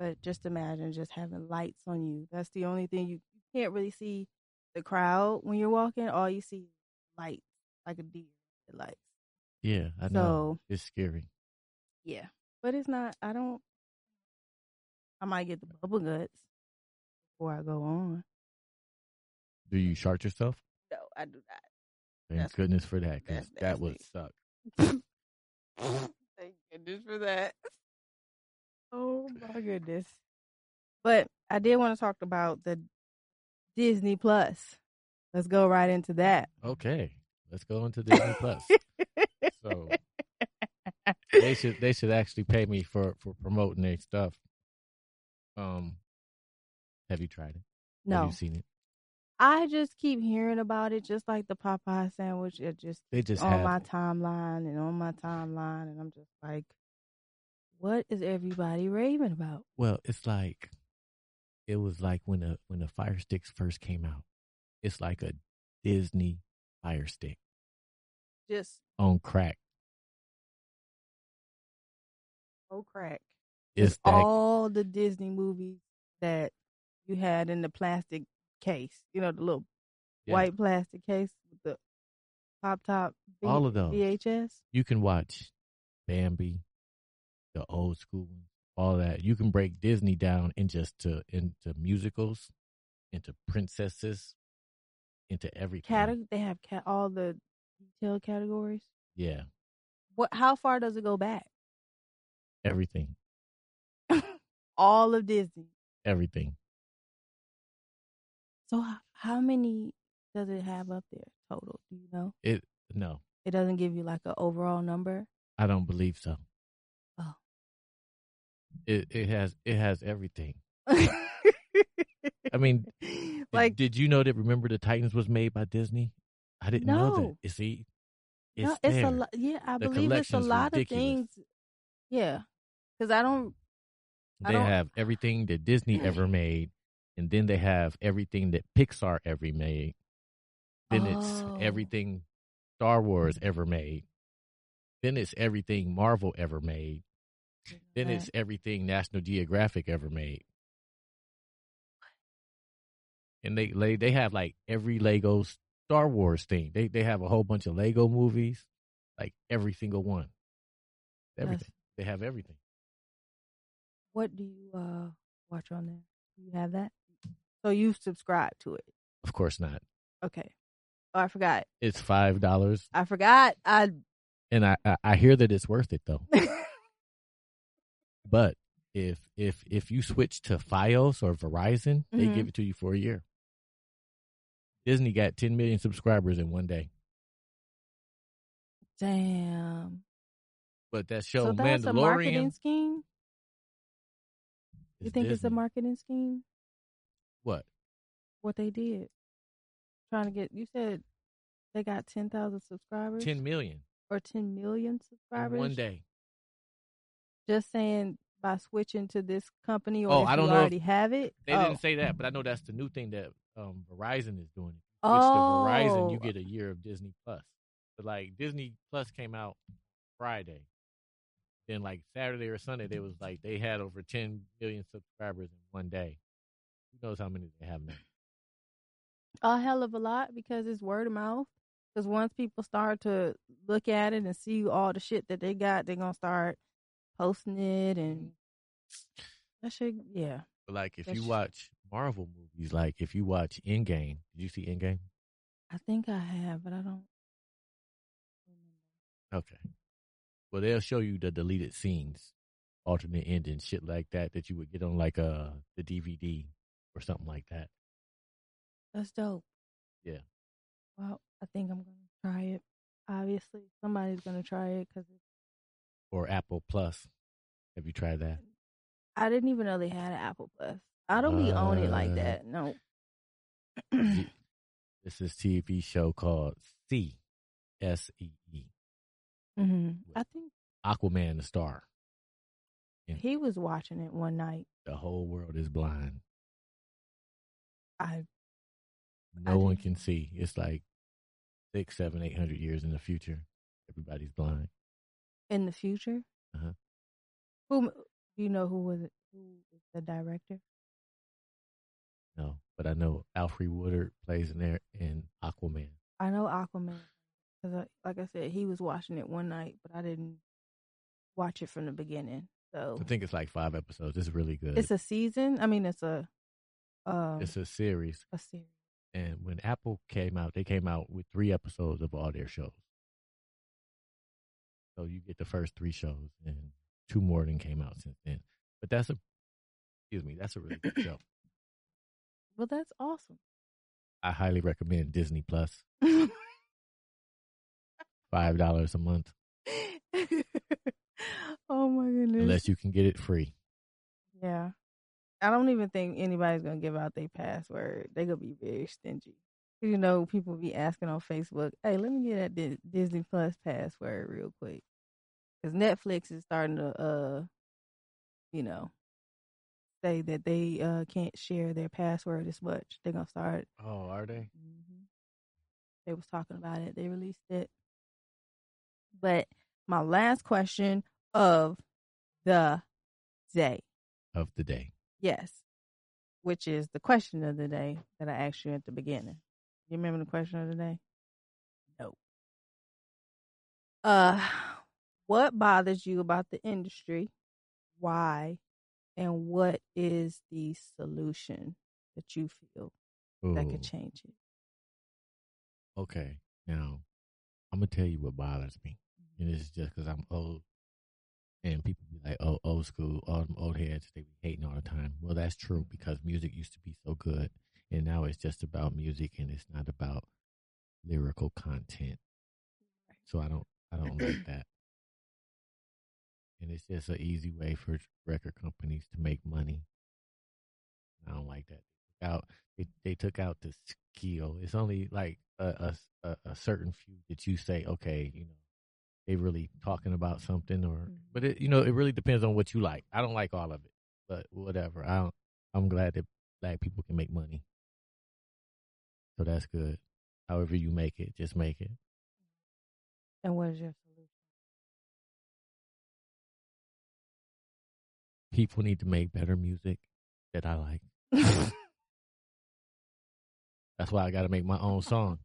But just imagine just having lights on you. That's the only thing you, you can't really see the crowd when you're walking. All you see is lights, like a deer with lights.
Yeah, I know. it's scary.
Yeah, but it's not. I don't. I might get the bubble guts before I go on.
Do you chart yourself?
No, I do not.
Thank
That's-
goodness for that, because
that's
that would
nasty.
suck.
[laughs] Thank goodness for that. Oh my goodness! But I did want to talk about the Disney Plus. Let's go right into that.
Okay, let's go into Disney Plus. So they should they should actually pay me for for promoting their stuff. Um, have you tried it? have
No,
you seen it?
I just keep hearing about it, just like the Popeye sandwich. It just
They just
on
have
Oh, my
it.
timeline and on my timeline, and I'm just like, what is everybody raving about?
Well, it's like it was like when the when the Fire Sticks first came out. It's like a Disney Fire Stick
Just
on crack.
oh crack!
It's that
all the Disney movies that you had in the plastic case. You know, the little
Yeah.
white plastic case with the pop top. V-
All of those.
VHS.
You can watch Bambi, the old school ones, all that. You can break Disney down in just to into musicals, into princesses, into everything.
Cate- they have cat- all the detailed categories.
Yeah,
What? How far does it go back?
everything,
All of Disney.
everything.
So how, how many does it have up there total? Do you know?
It no,
It doesn't give you like an overall number. [laughs]
I don't believe so.
Oh.
It it has it has everything. I mean, did-
like
did you know that Remember the Titans was made by Disney? I didn't know that.
No.
You see, it's
no, it's
there.
a lot. Yeah, I
The
believe it's a
collection's
lot
ridiculous.
of things. Yeah, because I don't. I
They
don't- Mm-hmm.
have everything that Disney ever made, and then they have everything that Pixar ever made. Then
Oh.
it's everything Star Wars ever made. Then it's everything Marvel ever made. Then
Right.
it's everything National Geographic ever made. And they they they have like every Lego Star Wars thing. They they have a whole bunch of Lego movies, like every single one.
That's-
Everything. They have everything.
What do you uh watch on there? Do you have that? So you subscribe to it?
Of course not.
Okay. Oh, I forgot.
It's five dollars,
I forgot. I.
and I, I I hear that it's worth it
[laughs]
though. But if if if you switch to FiOS or Verizon, they
Mhm.
give it to you for a year. Disney got 10 million subscribers in one day,
Damn.
but that show
So that's a marketing
Mandalorian.
scheme. You
is
think it's a
Disney.
marketing scheme?
What?
What they did, trying to get you said they got ten thousand subscribers,
10 million
or ten million
in
subscribers
one day.
Just saying by switching to this company, or
Oh,
if
I don't
you
know if-
already have it.
They
oh.
didn't say that, but I know that's the new thing that um, Verizon is doing. If you switch
oh,
to Verizon, you get a year of Disney Plus. But like Disney Plus came out Friday. Then like Saturday or Sunday, they was like they had over ten million subscribers in one day. Who knows how many they have now?
a hell of a lot because it's word of mouth. Because once people start to look at it and see all the shit that they got, they're gonna start posting it and that shit. Yeah,
But like if
That's
you
true.
watch Marvel movies, like if you watch Endgame, did you see Endgame?
I think I have, but I don't.
Okay. Well, they'll show you the deleted scenes, alternate endings, shit like that that you would get on like uh the DVD or something like that.
That's dope.
Yeah.
Well, I think I'm gonna try it. Obviously, somebody's gonna try it because
Or Apple Plus. Have you tried that?
I didn't even know they had an Apple Plus. I don't be own it like
What?
that. No. [clears throat]
You- this is TV show called C S E E.
hmm I think
Aquaman the star.
he was watching it one night.
The whole world is blind.
I
No one
didn't-
can see. It's like six, seven, eight hundred years in the future. Everybody's blind.
in the future.
Uh-huh.
Who do you know who was it? Who is the director?
No, but I know Alfred Woodard plays in there in Aquaman.
I know Aquaman because, like I said, he was watching it one night, but I didn't watch it from the beginning. So
I think it's like five episodes. It's really good.
it's a season. I mean, it's a um,
It's a series.
a series.
And when Apple came out, they came out with three episodes of all their shows. So you get the first three shows, and two more than came out since then. But that's a, excuse me, that's a really good show.
Well, that's awesome. [laughs]
I highly recommend Disney Plus. Five dollars a month,
oh my goodness.
unless you can get it free.
Yeah. I don't even think anybody's gonna give out their password. They gonna be very stingy. 'Cause You know, people be asking on Facebook, "Hey, let me get that Dis- Disney Plus password real quick," because Netflix is starting to, uh, you know, say that they uh can't share their password as much. They're gonna start.
Oh, are they?
Mhm. They was talking about it. They released it. But my last question of the day.
Of the day.
Yes. which is the question of the day that I asked you at the beginning. You remember the question of the day? No. Uh, what bothers you about the industry? Why? And what is the solution that you feel that
Ooh.
could change it?
Okay, now I'm gonna tell you what bothers me, and it's just because I'm old, and people be like, "Oh, old school, all them old heads, they be hating all the time." Well, that's true because music used to be so good, and now it's just about music, and it's not about lyrical content. So I don't, I don't like that, and it's just an easy way for record companies to make money. I don't like that. Out they, they took out the skill. It's only like a, a s- a- a certain few that you say, okay, you know, they really talking about something, or
Mhm.
but it, you know, it really depends on what you like. I don't like all of it, but whatever. I don't, I'm glad that black people can make money, so that's good. However you make it, just make it.
And what is your solution?
People need to make better music that I like. That's why I got to make my own song,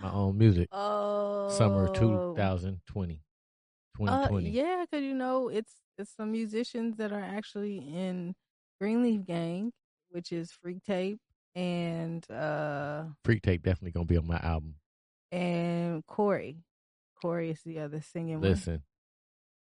my
[laughs]
own music.
Oh,
Summer 2020,
Uh,
2020.
yeah, because you know it's it's some musicians that are actually in Greenleaf Gang, which is Freak Tape and uh
Freak Tape definitely gonna be on my album.
and Corey. Corey is the other singing
Listen,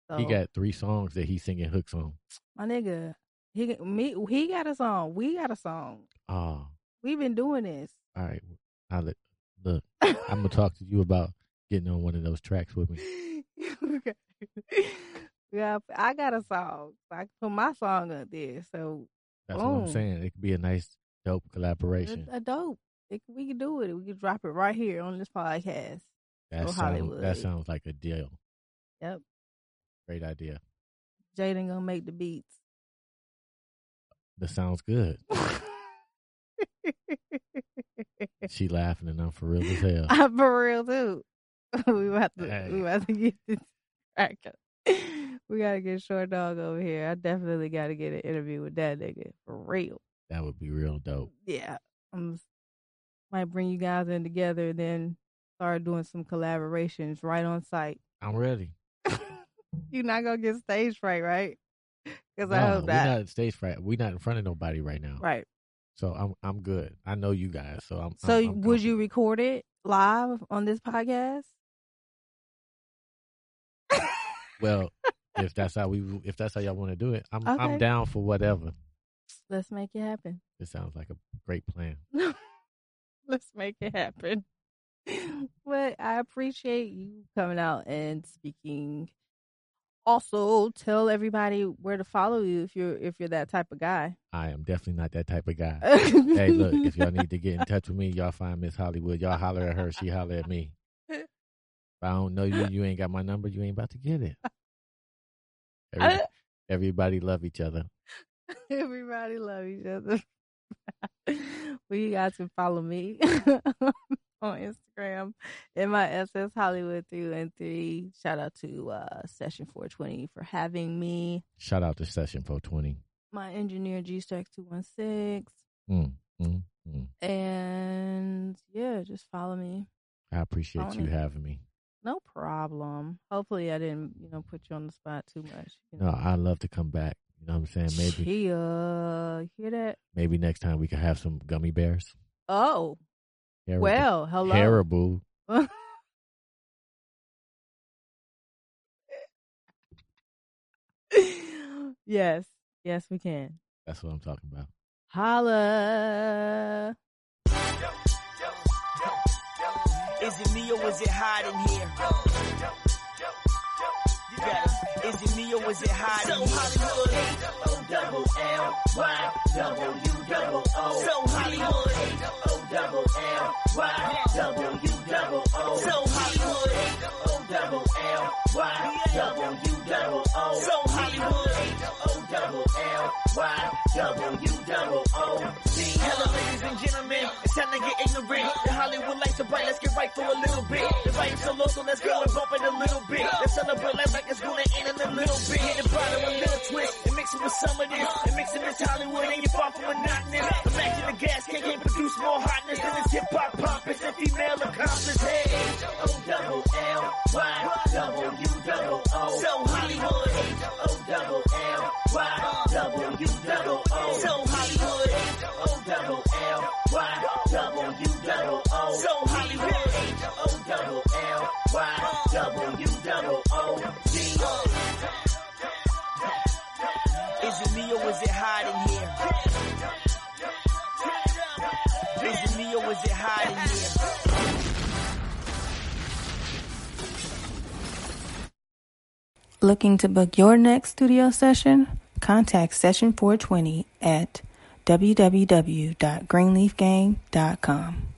one.
he
So,
got three songs that he's singing hooks on.
my nigga. He me he got a song. We got a song.
Oh, all
We've been doing this.
right. I let, look, I'm
[laughs]
gonna talk to you about getting on one of those tracks with me.
Okay. yeah, I got a song. I can put my song up there. So
That's what I'm
Boom.
saying. It could be a nice, dope collaboration.
it's a dope. It, we can do it. We can drop it right here on this podcast.
That
Oh,
sounds
Hollywood.
that sounds like a deal.
Yep.
Great idea.
Jaden gonna make the beats.
That sounds good.
[laughs]
She laughing and I'm for real as hell.
[laughs] I'm for real too. [laughs] we about to
Hey.
we about to get this crack up. [laughs] We gotta get short dog over here. I definitely gotta get an interview with that nigga for real.
That would be real dope.
Yeah, I'm s- might bring you guys in together, then start doing some collaborations right on site. [laughs]
I'm ready.
You're not gonna get stage fright, right? Because I
Nah,
hope
we
that
not stage fright. We not in front of nobody right now.
right.
So I'm I'm good. I know you guys. So I'm.
So
I'm- I'm
would you
comfortable.
record it live on this podcast? [laughs]
Well, if that's how we, if that's how y'all want to do it, I'm I'm
Okay.
down for whatever.
Let's make it happen.
It sounds like a great plan.
[laughs] Let's make it happen. [laughs] but I appreciate you coming out and speaking. Also, tell everybody where to follow you if you're if you're that type of guy.
I am definitely not that type
[laughs]
of guy.
hey,
hey, look, if y'all need to get in touch with me, y'all find Miss Hollywood. Y'all holler at her. She holler at me. If I don't know you, you ain't got my number. You ain't about to
[laughs]
get it. Every- everybody love each other.
[laughs] Everybody love each other. [laughs] well, you guys can follow me [laughs] on Instagram in my SS Hollywood through and three. Shout out to uh, Session Four Twenty for having me.
Shout out to Session 420.
My engineer G Stack Two One Six,
Mm, mm.
and yeah, just follow me.
I appreciate
Own
you
it.
having me.
No problem. Hopefully, I didn't you know put you on the spot too much. You
No,
know.
I love to come back. You know what I'm saying? Ah, Maybe
Chia. hear that?
maybe next time we can have some gummy bears.
Oh,
Terrible.
well, hello.
terrible.
[laughs] yes, yes, we can.
That's what I'm talking about.
Holla.
Is it me or is it hot in here? You got it. Is it me or is it hot in here? So Hollywood, O double L Y W double O. So Hollywood, O double L Y W double O. So Hollywood, O double L Y W double O. So Hollywood, O double L Y W double O. Hello, ladies and gentlemen. It's time to get ignorant. The Hollywood lights are bright. Let's get right for a little bit. The vibe's so low, so let's go and bump it a little bit. Let's celebrate life like it's gonna end in a little bit. Hit the bottom, a little twist. And mix it with some of this. And mix it with Hollywood, and you're far from monotonous. Imagine O-double-U-double-O.
So Hollywood,
O-double-L-Y-double-U-double-O.
so Hollywood,
O-double-L-Y-double-U-double-O.
so Hollywood,
O-double-L-Y-double-U-double-O.
is it me or is it hot in here? Is it me or is it hot in here?
Looking to book your next studio session? Contact Session 420 at www.greenleafgang.com.